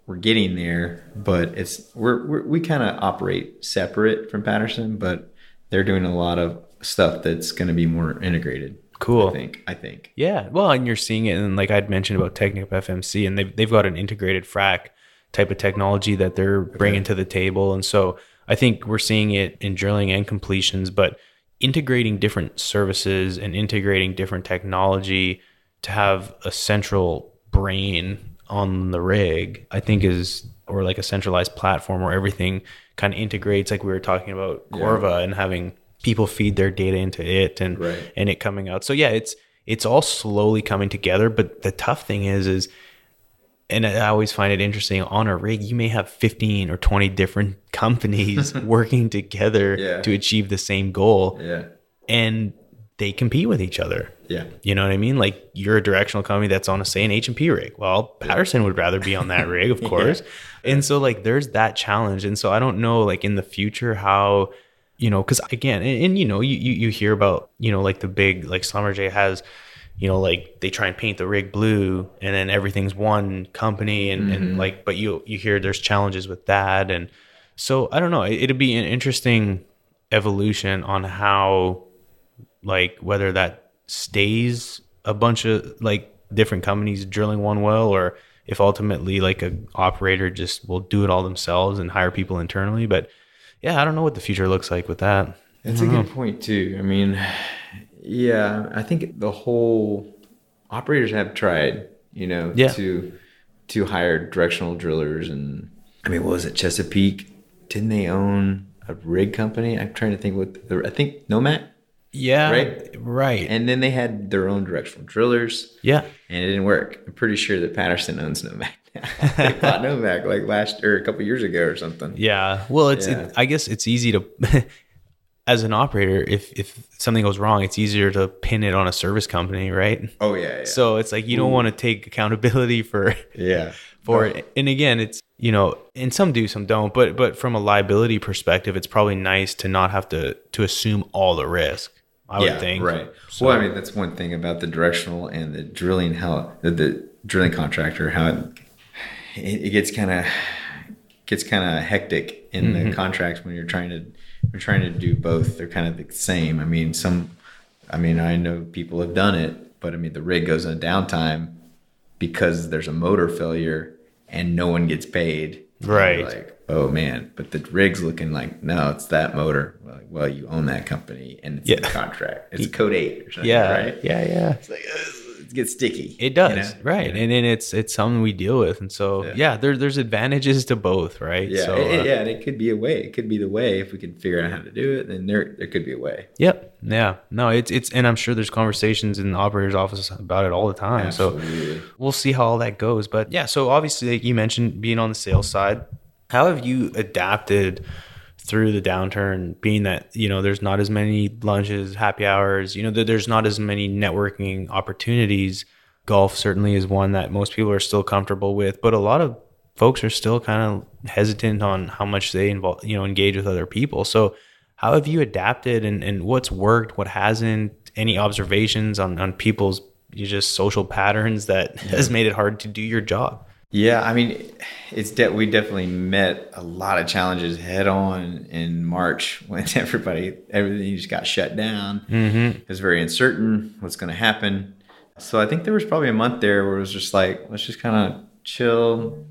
Speaker 2: we're getting there but it's we're, we're we kind of operate separate from patterson but they're doing a lot of stuff that's going to be more integrated
Speaker 1: Cool.
Speaker 2: i think i think
Speaker 1: Yeah, well, and you're seeing it, and like I'd mentioned about Technip FMC, and they've they've got an integrated frac type of technology that they're bringing to the table, and so I think we're seeing it in drilling and completions, but integrating different services and integrating different technology to have a central brain on the rig, I think is or like a centralized platform where everything kind of integrates, like we were talking about Corva and having people feed their data into it and
Speaker 2: Right.
Speaker 1: and it coming out. So yeah, it's it's all slowly coming together. But the tough thing is is and I always find it interesting on a rig, you may have 15 or 20 different companies working together
Speaker 2: Yeah.
Speaker 1: to achieve the same goal
Speaker 2: yeah
Speaker 1: and they compete with each other.
Speaker 2: yeah
Speaker 1: You know what I mean? Like you're a directional company that's on a say an H and P rig. Well, Patterson would rather be on that rig, of course. And so like there's that challenge. And so I don't know like in the future how you know because again and, and you know you, you you hear about you know like the big like Summer J has you know like they try and paint the rig blue and then everything's one company and and like but you you hear there's challenges with that and so I don't know it, it'd be an interesting evolution on how like whether that stays a bunch of like different companies drilling one well or if ultimately like a operator just will do it all themselves and hire people internally but yeah i don't know what the future looks like with that
Speaker 2: That's a good point too. I mean, yeah, I think the whole operators have tried, you know,
Speaker 1: Yeah.
Speaker 2: to to hire directional drillers and I mean, what was it Chesapeake? Didn't they own a rig company? I'm trying to think what the, I think Nomad,
Speaker 1: yeah
Speaker 2: Right?
Speaker 1: right
Speaker 2: and then they had their own directional drillers,
Speaker 1: yeah
Speaker 2: and it didn't work. I'm pretty sure that Patterson owns Nomad. now. they bought Nomad like last or a couple years ago or something.
Speaker 1: yeah well it's
Speaker 2: Yeah.
Speaker 1: It, i guess it's easy to as an operator if if something goes wrong it's easier to pin it on a service company right
Speaker 2: Oh yeah, yeah,
Speaker 1: so it's like you don't want to take accountability for
Speaker 2: yeah.
Speaker 1: for it. And again, it's you know, and some do, some don't. But but from a liability perspective, it's probably nice to not have to to assume all the risk. I would think.
Speaker 2: Right.
Speaker 1: So-
Speaker 2: well, I mean, that's one thing about the directional and the drilling, how the, the drilling contractor, how it, it, it gets kind of gets kind of hectic in
Speaker 1: Mm-hmm.
Speaker 2: the contracts when you're trying to you're trying to do both. They're kind of the same. I mean, some, I mean, I know people have done it, but I mean, the rig goes on downtime because there's a motor failure and no one gets paid. And you're
Speaker 1: Right.
Speaker 2: Like, oh man, but the rig's looking like, no, it's that motor. Well, like, well you own that company and it's in the
Speaker 1: Yeah.
Speaker 2: contract. It's code eight or something.
Speaker 1: Yeah.
Speaker 2: Right.
Speaker 1: Yeah. Yeah.
Speaker 2: It's like, ugh, it gets sticky.
Speaker 1: It does.
Speaker 2: you know?
Speaker 1: Right. And then it's it's something we deal with. And so yeah, there, there's advantages to both, right?
Speaker 2: Yeah.
Speaker 1: So,
Speaker 2: it- it-
Speaker 1: uh,
Speaker 2: yeah. And it could be a way. It could be the way. If we can figure out how to do it, then there, there could be a way.
Speaker 1: Yep. Yeah. No, it's it's and I'm sure there's conversations in the operator's office about it all the time. So
Speaker 2: Absolutely.
Speaker 1: we'll see how all that goes. But yeah, so obviously like you mentioned being on the sales side. How have you adapted through the downturn, being that you know there's not as many lunches, happy hours, you know there- there's not as many networking opportunities. Golf certainly is one that most people are still comfortable with, but a lot of folks are still kind of hesitant on how much they involve, you know, engage with other people. So, how have you adapted, and and what's worked, what hasn't? Any observations on on people's you just social patterns that has made it hard to do your job?
Speaker 2: Yeah, I mean, it's de- we definitely met a lot of challenges head on in March when everybody everything just got shut down. Mm-hmm. It was very uncertain what's going to happen. So I think there was probably a month there where it was just like let's just kind of chill,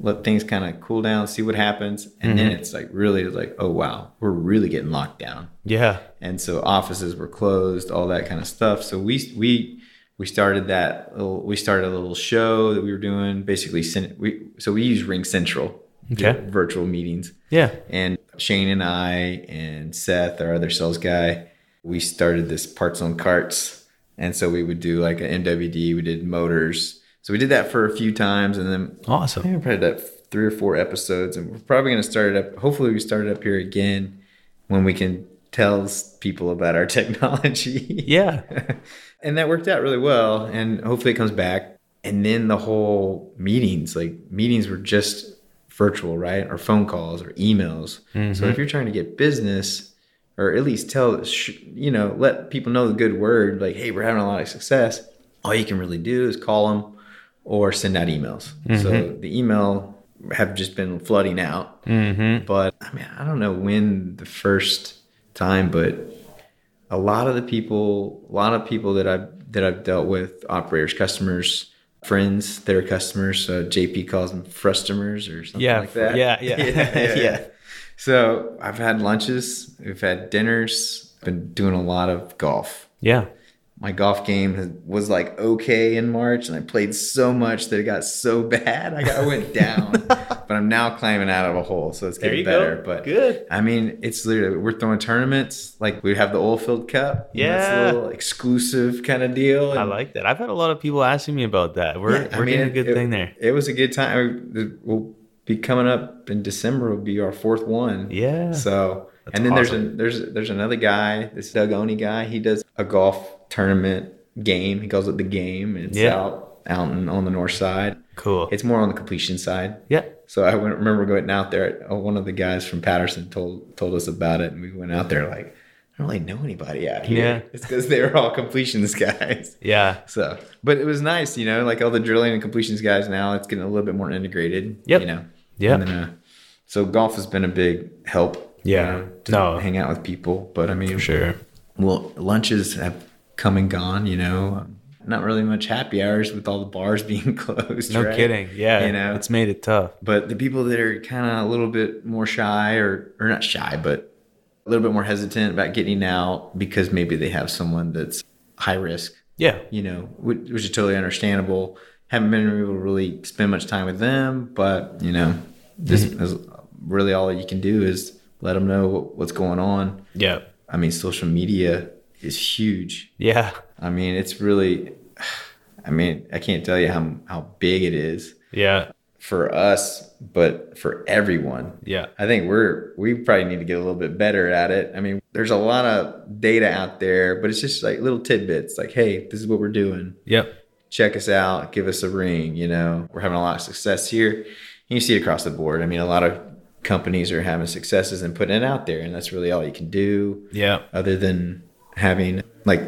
Speaker 2: let things kind of cool down, see what happens, and then it's like really like oh wow, we're really getting locked down
Speaker 1: Yeah,
Speaker 2: and so offices were closed, all that kind of stuff. So we we we started that little, we started a little show that we were doing basically sen- we so we use Ring Central
Speaker 1: Okay.
Speaker 2: do virtual meetings
Speaker 1: yeah,
Speaker 2: and Shane and I and Seth our other sales guy we started this parts on carts and so we would do like an MWD we did motors so we did that for a few times and then I
Speaker 1: awesome.
Speaker 2: think we probably did that three or four episodes, and we're probably going to start it up. Hopefully, we start it up here again when we can tell s- people about our technology.
Speaker 1: Yeah,
Speaker 2: and that worked out really well, and hopefully, it comes back. And then the whole meetings, like meetings were just virtual, right? Or phone calls or emails. So if you're trying to get business, or at least tell, sh- you know, let people know the good word, like, hey, we're having a lot of success. All you can really do is call them or send out emails. So the email have just been flooding out. Mm-hmm. But I mean, I don't know when the first time, but a lot of the people, a lot of people that I've that I've dealt with, operators, customers, friends that are customers. So JP calls them frustumers or something
Speaker 1: Yeah,
Speaker 2: like that.
Speaker 1: yeah, yeah. Yeah.
Speaker 2: So I've had lunches, we've had dinners, been doing a lot of golf
Speaker 1: yeah.
Speaker 2: my golf game has, was like okay in March, and I played so much that it got so bad. I, got, I went down, but I'm now climbing out of a hole, so it's getting
Speaker 1: you go.
Speaker 2: better. But
Speaker 1: Good.
Speaker 2: I mean, it's literally we're throwing tournaments. Like we have the Oilfield Cup. and that's
Speaker 1: Yeah.
Speaker 2: a little exclusive kind of deal.
Speaker 1: I
Speaker 2: and-
Speaker 1: like that. I've had a lot of people asking me about that. We're,
Speaker 2: Yeah, I
Speaker 1: we're
Speaker 2: mean,
Speaker 1: doing a good
Speaker 2: it-
Speaker 1: thing there.
Speaker 2: It was a good time. I- We'll be coming up in December. Will be our fourth one.
Speaker 1: Yeah.
Speaker 2: So and then there's a, there's there's another guy, this Doug Oney guy. He does a golf tournament game. He calls it the game, and it's
Speaker 1: Yeah.
Speaker 2: out out in, on the north side.
Speaker 1: Cool.
Speaker 2: It's more on the completion side.
Speaker 1: yeah.
Speaker 2: So I went, remember going out there. uh, One of the guys from Patterson told told us about it, and we went out there like I don't really know anybody out here.
Speaker 1: Yeah.
Speaker 2: It's because they were all completions guys.
Speaker 1: Yeah.
Speaker 2: So, but it was nice, you know, like all the drilling and completions guys now, it's getting a little bit more integrated.
Speaker 1: Yep.
Speaker 2: You know?
Speaker 1: Yeah.
Speaker 2: And then, uh, so golf has been a big help.
Speaker 1: Yeah.
Speaker 2: You know, to
Speaker 1: No.
Speaker 2: Hang out with people. But I mean,
Speaker 1: Sure.
Speaker 2: well, lunches have come and gone, you know. Um, Not really much happy hours with all the bars being closed.
Speaker 1: No
Speaker 2: right?
Speaker 1: kidding. Yeah.
Speaker 2: You know,
Speaker 1: it's made it tough.
Speaker 2: but the people that are kind of a little bit more shy or or not shy but a little bit more hesitant about getting out because maybe they have someone that's high risk
Speaker 1: Yeah.
Speaker 2: you know which, which is totally understandable haven't been able to really spend much time with them but you know this is really all you can do is let them know what, what's going on
Speaker 1: Yeah.
Speaker 2: i mean social media is huge
Speaker 1: Yeah.
Speaker 2: i mean it's really i mean i can't tell you how how big it is
Speaker 1: Yeah.
Speaker 2: for us, but for everyone.
Speaker 1: Yeah.
Speaker 2: I think we're we probably need to get a little bit better at it. I mean, there's a lot of data out there, but it's just like little tidbits like, hey, this is what we're doing.
Speaker 1: Yep.
Speaker 2: Check us out, give us a ring, you know. We're having a lot of success here. And you see it across the board. I mean, a lot of companies are having successes and putting it out there, and that's really all you can do
Speaker 1: Yeah.
Speaker 2: other than having like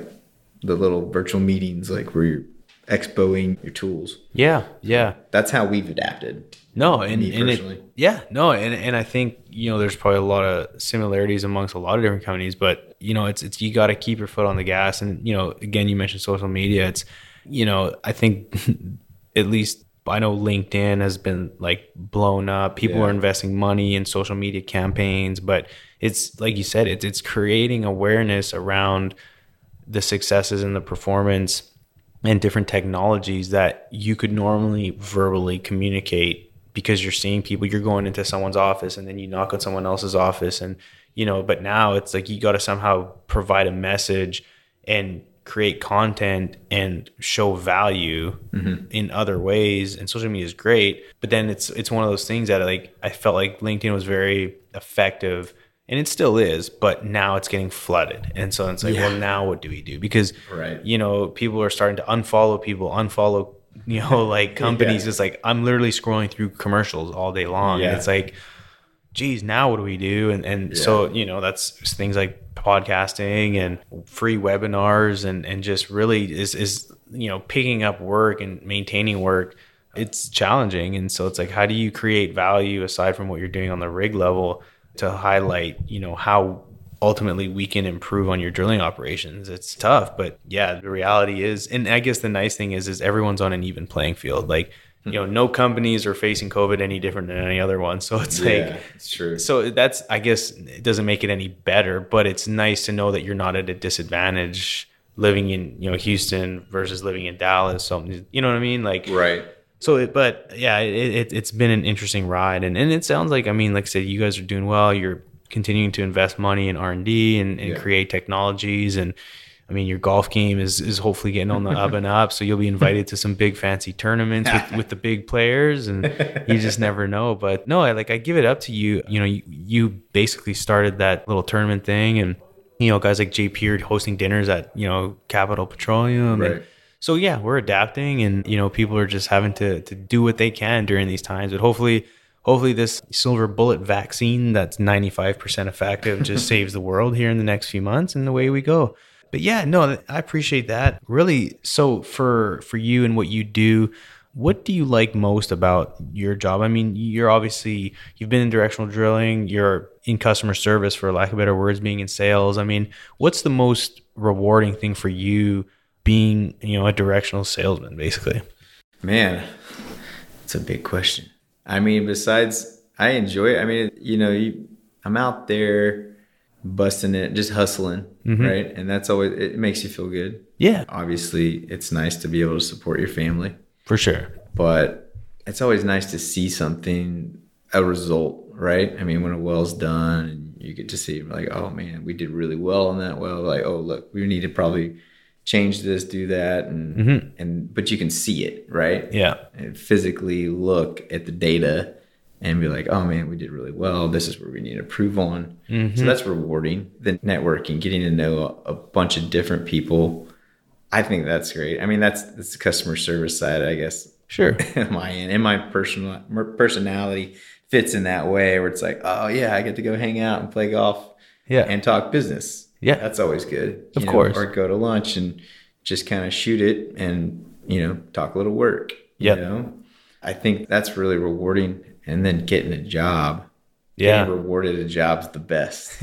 Speaker 2: the little virtual meetings like where you're expoing your tools.
Speaker 1: Yeah. Yeah.
Speaker 2: That's how we've adapted.
Speaker 1: No, and,
Speaker 2: me
Speaker 1: and
Speaker 2: personally.
Speaker 1: it, yeah, no, and and I think you know there's probably a lot of similarities amongst a lot of different companies, but you know it's it's you got to keep your foot on the gas, and you know again you mentioned social media, it's you know I think at least I know LinkedIn has been like blown up, people
Speaker 2: Yeah.
Speaker 1: are investing money in social media campaigns, but it's like you said, it's it's creating awareness around the successes and the performance and different technologies that you could normally verbally communicate because you're seeing people you're going into someone's office and then you knock on someone else's office and you know but now it's like you got to somehow provide a message and create content and show value in other ways and social media is great but then it's it's one of those things that like i felt like linkedin was very effective and it still is but now it's getting flooded and so it's like well now what do we do because
Speaker 2: Right.
Speaker 1: you know people are starting to unfollow people unfollow you know like companies
Speaker 2: Yeah.
Speaker 1: it's like i'm literally scrolling through commercials all day long and
Speaker 2: Yeah.
Speaker 1: it's like geez, now what do we do? And and so you know that's things like podcasting and free webinars and and just really is is you know picking up work and maintaining work. It's challenging, and so it's like how do you create value aside from what you're doing on the rig level to highlight you know how ultimately we can improve on your drilling operations it's tough but yeah the reality is and i guess the nice thing is is everyone's on an even playing field like you know no companies are facing covid any different than any other one so it's like
Speaker 2: yeah, it's true.
Speaker 1: so that's i guess it doesn't make it any better but it's nice to know that you're not at a disadvantage living in you know houston versus living in dallas something you know what i mean like
Speaker 2: Right.
Speaker 1: so it but yeah it, it, it's been an interesting ride and, and it sounds like i mean like i said you guys are doing well you're continuing to invest money in r&d and, and
Speaker 2: Yeah.
Speaker 1: create technologies and i mean your golf game is is hopefully getting on the up and up so you'll be invited to some big fancy tournaments with, with the big players and you just never know but no i like i give it up to you you know you, you basically started that little tournament thing and you know guys like jay Peard hosting dinners at you know capitol petroleum and-
Speaker 2: Right.
Speaker 1: so yeah, we're adapting and you know, people are just having to to do what they can during these times. But hopefully hopefully this silver bullet vaccine that's 95% effective just saves the world here in the next few months and away we go. But yeah, no, I appreciate that. Really, so for for you and what you do, what do you like most about your job? I mean, you're obviously you've been in directional drilling, you're in customer service for lack of better words, being in sales. I mean, what's the most rewarding thing for you being, you know, a directional salesman basically?
Speaker 2: Man, it's a big question. I mean, besides, I enjoy it. I mean, you know, you, I'm out there busting it, just hustling, right? And that's always, it makes you feel good.
Speaker 1: Yeah,
Speaker 2: Obviously, it's nice to be able to support your family,
Speaker 1: for sure.
Speaker 2: but it's always nice to see something, a result, right? I mean, when a well's done and you get to see, like, oh man, we did really well on that well. Like, oh, look, we need to probably change this, do that. And, and, but you can see it, right?
Speaker 1: Yeah.
Speaker 2: and physically look at the data and be like, oh man, we did really well. This is where we need to improve on. So that's rewarding. The networking, getting to know a bunch of different people. I think that's great. I mean, that's that's the customer service side, I guess.
Speaker 1: Sure.
Speaker 2: my end and my personal mer- personality fits in that way where it's like, oh yeah, I get to go hang out and play golf
Speaker 1: Yeah.
Speaker 2: and talk business.
Speaker 1: Yeah.
Speaker 2: that's always good.
Speaker 1: Of
Speaker 2: you know,
Speaker 1: course.
Speaker 2: or go to lunch and just kind of shoot it and you know talk a little work. you
Speaker 1: Yep.
Speaker 2: know? I think that's really rewarding. And then getting a job,
Speaker 1: yeah.
Speaker 2: getting rewarded a job's the best.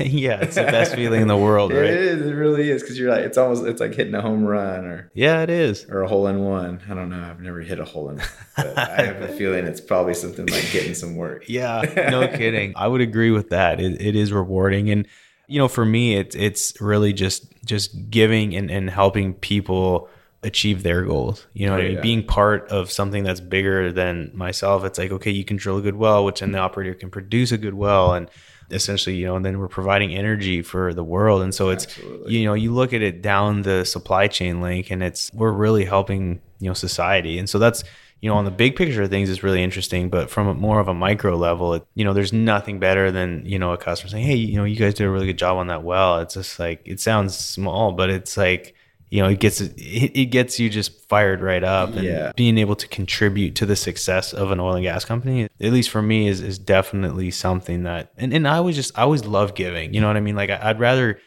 Speaker 1: yeah, it's the best feeling in the world,
Speaker 2: It
Speaker 1: right?
Speaker 2: is. It really is because you're like it's almost it's like hitting a home run or
Speaker 1: Yeah, it is.
Speaker 2: or a hole in one. I don't know. I've never hit a hole in one, but I have a feeling it's probably something like getting some work.
Speaker 1: Yeah, no kidding. I would agree with that. It, it is rewarding, and you know, for me, it's it's really just just giving and and helping people achieve their goals. You know, what I mean,
Speaker 2: yeah.
Speaker 1: being part of something that's bigger than myself. It's like okay, you can drill a good well, which then the operator can produce a good well, and essentially, you know, and then we're providing energy for the world. And so it's
Speaker 2: Absolutely.
Speaker 1: you know, you look at it down the supply chain link, and it's we're really helping you know society, and so that's you know, on the big picture of things, it's really interesting. But from a, more of a micro level, it, you know, there's nothing better than you know a customer saying, "Hey, you know, you guys did a really good job on that well." It's just like it sounds small, but it's like you know, it gets it, it gets you just fired right up, and
Speaker 2: Yeah.
Speaker 1: being able to contribute to the success of an oil and gas company, at least for me, is is definitely something that. And and I always just I always love giving. You know what I mean? Like I, I'd rather.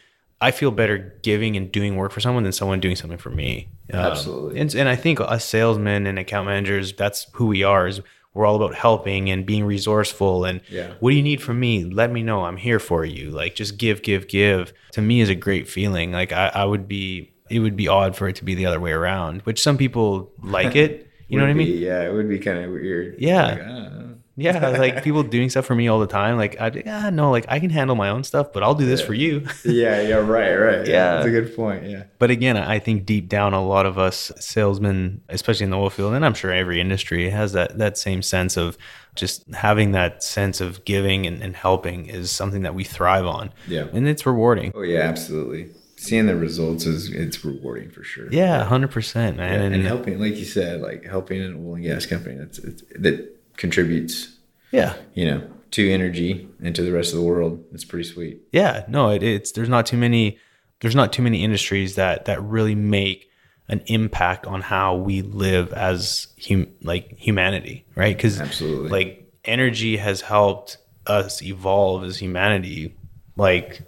Speaker 1: I feel better giving and doing work for someone than someone doing something for me. Um,
Speaker 2: Absolutely.
Speaker 1: and, and I think us salesmen and account managers, that's who we are. Is we're all about helping and being resourceful. And
Speaker 2: Yeah.
Speaker 1: what do you need from me? Let me know. I'm here for you. Like just give, give, give. To me is a great feeling. Like I, I would be. It would be odd for it to be the other way around, which some people like it. You know what I
Speaker 2: Would
Speaker 1: mean?
Speaker 2: be- yeah, it would be kind of weird.
Speaker 1: Yeah.
Speaker 2: Like, I don't know.
Speaker 1: Yeah, like people doing stuff for me all the time. Like I, ah, no, like I can handle my own stuff, but I'll do this for you.
Speaker 2: yeah, yeah, right, right.
Speaker 1: Yeah.
Speaker 2: that's a good point. Yeah.
Speaker 1: But again, I think deep down, a lot of us salesmen, especially in the oil field, and I'm sure every industry has that that same sense of just having that sense of giving and, and helping is something that we thrive on.
Speaker 2: Yeah.
Speaker 1: and it's rewarding.
Speaker 2: Oh yeah, absolutely. seeing the results is it's rewarding for sure.
Speaker 1: Yeah, hundred percent, man.
Speaker 2: and,
Speaker 1: and
Speaker 2: helping, like you said, like helping an oil and gas company that's it's, that contributes,
Speaker 1: yeah,
Speaker 2: you know, to energy and to the rest of the world. It's pretty sweet.
Speaker 1: yeah. No, it, it's there's not too many there's not too many industries that that really make an impact on how we live as hum, like humanity, right? Because
Speaker 2: Absolutely.
Speaker 1: like energy has helped us evolve as humanity, like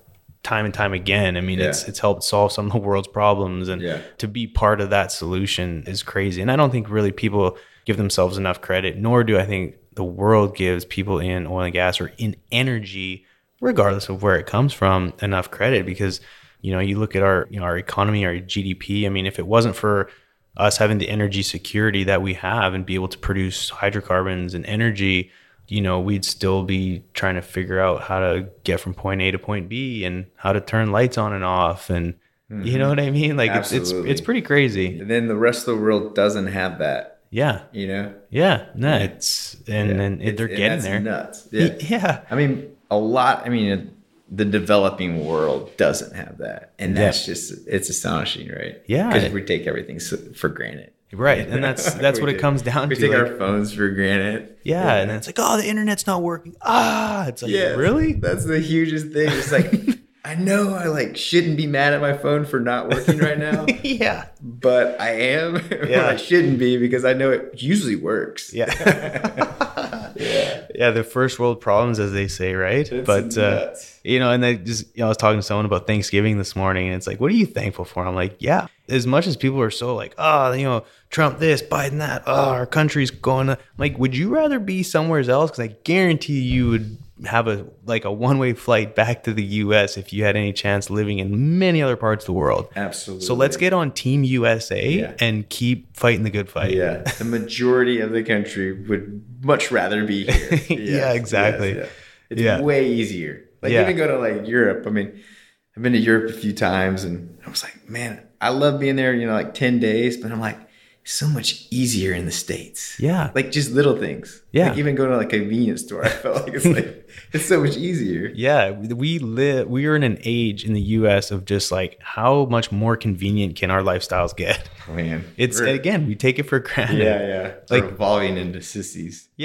Speaker 1: time and time again. I mean, it's
Speaker 2: Yeah.
Speaker 1: it's helped solve some of the world's problems, and
Speaker 2: Yeah.
Speaker 1: to be part of that solution is crazy. And I don't think really people give themselves enough credit, nor do I think the world gives people in oil and gas or in energy, regardless of where it comes from, enough credit because you know you look at our you know our economy, our GDP. I mean, if it wasn't for us having the energy security that we have and be able to produce hydrocarbons and energy, you know, we'd still be trying to figure out how to get from point A to point B and how to turn lights on and off and you know what I mean? Like it's, it's
Speaker 2: Absolutely.
Speaker 1: it's pretty crazy.
Speaker 2: and then the rest of the world doesn't have that,
Speaker 1: Yeah.
Speaker 2: you know.
Speaker 1: Yeah. No, it's and and it,
Speaker 2: It's-
Speaker 1: they're
Speaker 2: and
Speaker 1: getting
Speaker 2: that's
Speaker 1: there.
Speaker 2: Nuts.
Speaker 1: Y-
Speaker 2: Yeah.
Speaker 1: Yeah.
Speaker 2: I mean, a lot. I mean, the developing world doesn't have that, and that's just it's astonishing, right?
Speaker 1: Yeah.
Speaker 2: because we take everything so- for granted.
Speaker 1: Right. And that's that's
Speaker 2: We
Speaker 1: what it
Speaker 2: do.
Speaker 1: comes down
Speaker 2: We
Speaker 1: to.
Speaker 2: take
Speaker 1: like,
Speaker 2: our phones for granted.
Speaker 1: yeah, And then it's like, oh the internet's not working. Ah. It's like
Speaker 2: Yeah,
Speaker 1: really?
Speaker 2: That's the hugest thing. It's like I know I like shouldn't be mad at my phone for not working right now,
Speaker 1: yeah.
Speaker 2: but I am. or
Speaker 1: Yeah.
Speaker 2: I shouldn't be because I know it usually works.
Speaker 1: Yeah. yeah, the first world problems, as they say, right?
Speaker 2: It's
Speaker 1: but uh,
Speaker 2: nuts.
Speaker 1: you know, and they just you know, I was talking to someone about Thanksgiving this morning, and it's like, what are you thankful for? I'm like, yeah. As much as people are so like, oh, you know, Trump this, Biden that, oh, our country's going. To, like, would you rather be somewhere else? Because I guarantee you would have a like a one way flight back to the U.S. if you had any chance living in many other parts of the world.
Speaker 2: Absolutely.
Speaker 1: So let's get on Team USA
Speaker 2: Yeah.
Speaker 1: and keep fighting the good fight.
Speaker 2: Yeah, the majority of the country would much rather be here. Yes,
Speaker 1: Yeah, exactly.
Speaker 2: yes, yes. It's
Speaker 1: Yeah.
Speaker 2: way easier. Like
Speaker 1: Yeah.
Speaker 2: even go to like Europe. I mean, I've been to Europe a few times, and I was like, man, I love being there. You know, like ten days, but I'm like, it's so much easier in the states.
Speaker 1: Yeah.
Speaker 2: Like just little things.
Speaker 1: Yeah.
Speaker 2: Like even going to like a convenience store, I felt like it's like it's so much easier.
Speaker 1: Yeah, we live. We are in an age in the U.S. of just like how much more convenient can our lifestyles get?
Speaker 2: Oh, Man,
Speaker 1: It's
Speaker 2: We're-
Speaker 1: again, we take it for granted.
Speaker 2: yeah, yeah.
Speaker 1: Like-
Speaker 2: Like evolving into sissies.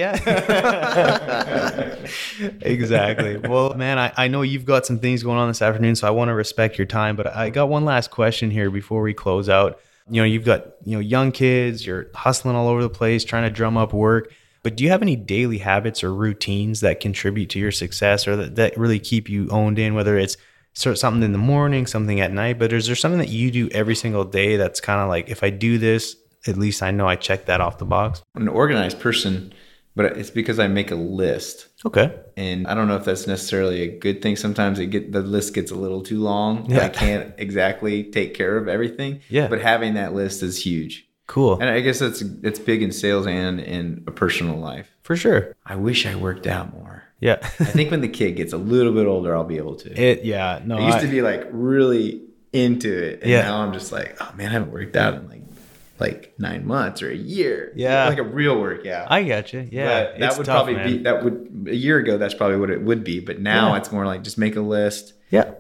Speaker 1: Yeah. exactly. Well, man, I, I know you've got some things going on this afternoon, so I want to respect your time, but I got one last question here before we close out. You know, you've got, you know, young kids, you're hustling all over the place, trying to drum up work. But do you have any daily habits or routines that contribute to your success or that, that really keep you owned in, whether it's sort of something in the morning, something at night, but is there something that you do every single day that's kind of like, if I do this, at least I know I checked that off the box?
Speaker 2: I'm an organized person, but it's because I make a list.
Speaker 1: Okay.
Speaker 2: and I don't know if that's necessarily a good thing. Sometimes it get the list gets a little too long.
Speaker 1: Yeah.
Speaker 2: I can't exactly take care of everything.
Speaker 1: Yeah.
Speaker 2: But having that list is huge,
Speaker 1: Cool.
Speaker 2: and I guess that's it's big in sales and in a personal life.
Speaker 1: For sure.
Speaker 2: I wish I worked out more.
Speaker 1: Yeah.
Speaker 2: I think when the kid gets a little bit older, I'll be able to.
Speaker 1: it yeah, no.
Speaker 2: I used
Speaker 1: I-
Speaker 2: to be like really into it, and
Speaker 1: Yeah.
Speaker 2: now I'm just like, oh man, I haven't worked out in like like nine months or a year.
Speaker 1: Yeah.
Speaker 2: like a real workout.
Speaker 1: I got you. Yeah.
Speaker 2: But that
Speaker 1: it's
Speaker 2: would
Speaker 1: tough,
Speaker 2: probably
Speaker 1: man.
Speaker 2: be that would a year ago. That's probably what it would be. But now
Speaker 1: Yeah.
Speaker 2: it's more like just make a list.
Speaker 1: Yeah.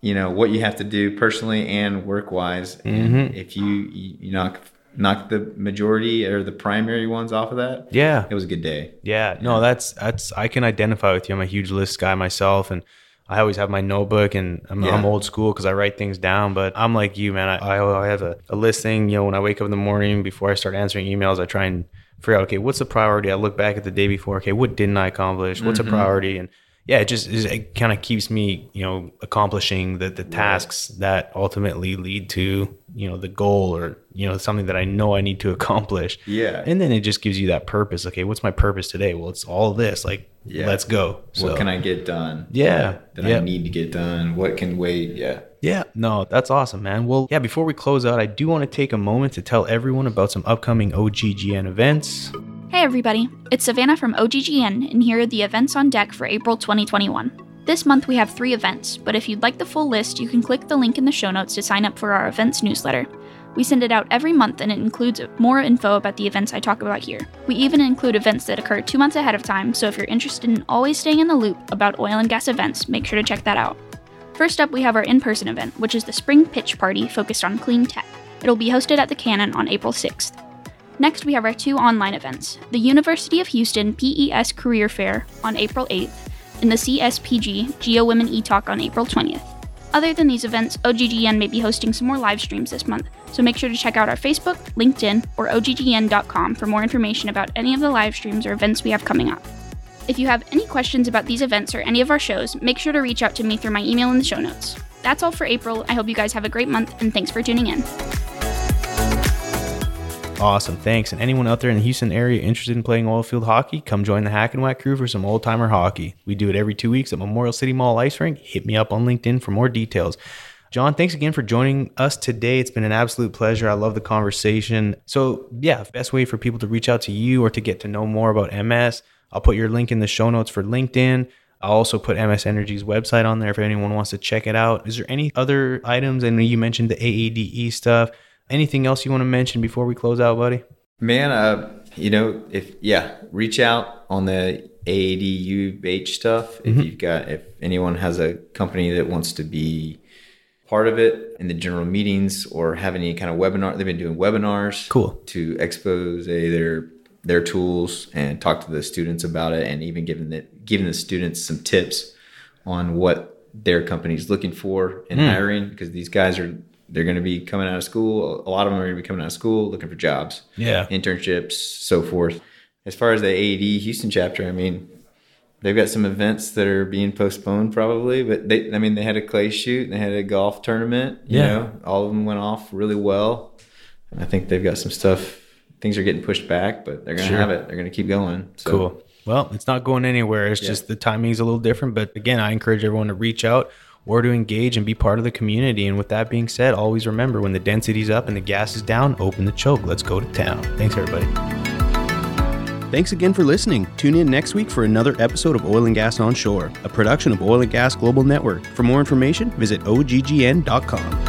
Speaker 2: You know what you have to do personally and work wise.
Speaker 1: Mm-hmm.
Speaker 2: And if you, you you knock knock the majority or the primary ones off of that,
Speaker 1: Yeah.
Speaker 2: it was a good day.
Speaker 1: Yeah. No, that's that's I can identify with you. I'm a huge list guy myself and I always have my notebook and I'm,
Speaker 2: Yeah.
Speaker 1: I'm old school because I write things down, but I'm like you, man. I, I, I have a, a list thing. You know, when I wake up in the morning before I start answering emails, I try and figure out, okay, what's the priority? I look back at the day before, okay, what didn't I accomplish? What's a priority? And yeah, it just is, it kind of keeps me, you know, accomplishing the, the tasks that ultimately lead to, you know, the goal or, you know, something that I know I need to accomplish.
Speaker 2: Yeah.
Speaker 1: And then it just gives you that purpose. Okay, what's my purpose today? Well, it's all this. Like,
Speaker 2: Yeah.
Speaker 1: let's go. So,
Speaker 2: what can I get done?
Speaker 1: Yeah.
Speaker 2: That
Speaker 1: Yeah.
Speaker 2: I need to get done. What can wait? Yeah.
Speaker 1: yeah, no, that's awesome, man. Well, yeah, before we close out, I do want to take a moment to tell everyone about some upcoming OGGN events.
Speaker 3: Hey everybody, it's Savannah from OGGN, and here are the events on deck for April 2021. This month we have three events, but if you'd like the full list, you can click the link in the show notes to sign up for our events newsletter. We send it out every month and it includes more info about the events I talk about here. We even include events that occur two months ahead of time, so if you're interested in always staying in the loop about oil and gas events, make sure to check that out. First up, we have our in person event, which is the Spring Pitch Party focused on clean tech. It'll be hosted at the Cannon on April 6th. Next, we have our two online events the University of Houston PES Career Fair on April 8th and the CSPG Geo Women E Talk on April 20th. Other than these events, OGGN may be hosting some more live streams this month, so make sure to check out our Facebook, LinkedIn, or OGGN.com for more information about any of the live streams or events we have coming up. If you have any questions about these events or any of our shows, make sure to reach out to me through my email in the show notes. That's all for April. I hope you guys have a great month, and thanks for tuning in.
Speaker 1: Awesome, thanks. And anyone out there in the Houston area interested in playing oil field hockey, come join the Hack and Whack crew for some old timer hockey. We do it every two weeks at Memorial City Mall Ice Rink. Hit me up on LinkedIn for more details. John, thanks again for joining us today. It's been an absolute pleasure. I love the conversation. So, yeah, best way for people to reach out to you or to get to know more about MS, I'll put your link in the show notes for LinkedIn. I'll also put MS Energy's website on there if anyone wants to check it out. Is there any other items? I know you mentioned the AADE E stuff. Anything else you want to mention before we close out, buddy?
Speaker 2: Man, uh, you know, if yeah, reach out on the AADUH stuff if you've got if anyone has a company that wants to be part of it in the general meetings or have any kind of webinar. They've been doing webinars
Speaker 1: Cool.
Speaker 2: to expose their their tools and talk to the students about it and even giving the giving the students some tips on what their company's looking for in hiring because these guys are they're going to be coming out of school a lot of them are going to be coming out of school looking for jobs
Speaker 1: Yeah.
Speaker 2: internships, so forth. As far as the AED Houston chapter, I mean, they've got some events that are being postponed probably, but they, I mean, they had a clay shoot, they had a golf tournament. You
Speaker 1: Yeah.
Speaker 2: know, all of them went off really well. And I think they've got some stuff. Things are getting pushed back, but they're going to
Speaker 1: Sure.
Speaker 2: have it. They're going to keep going. So,
Speaker 1: Cool. Well, it's not going anywhere. It's just the timing's a little different. But again, I encourage everyone to reach out or to engage and be part of the community. And with that being said, always remember when the density's up and the gas is down, open the choke. Let's go to town. Thanks, everybody. Thanks again for listening. Tune in next week for another episode of Oil and Gas Onshore, a production of Oil and Gas Global Network. For more information, visit oggn.com.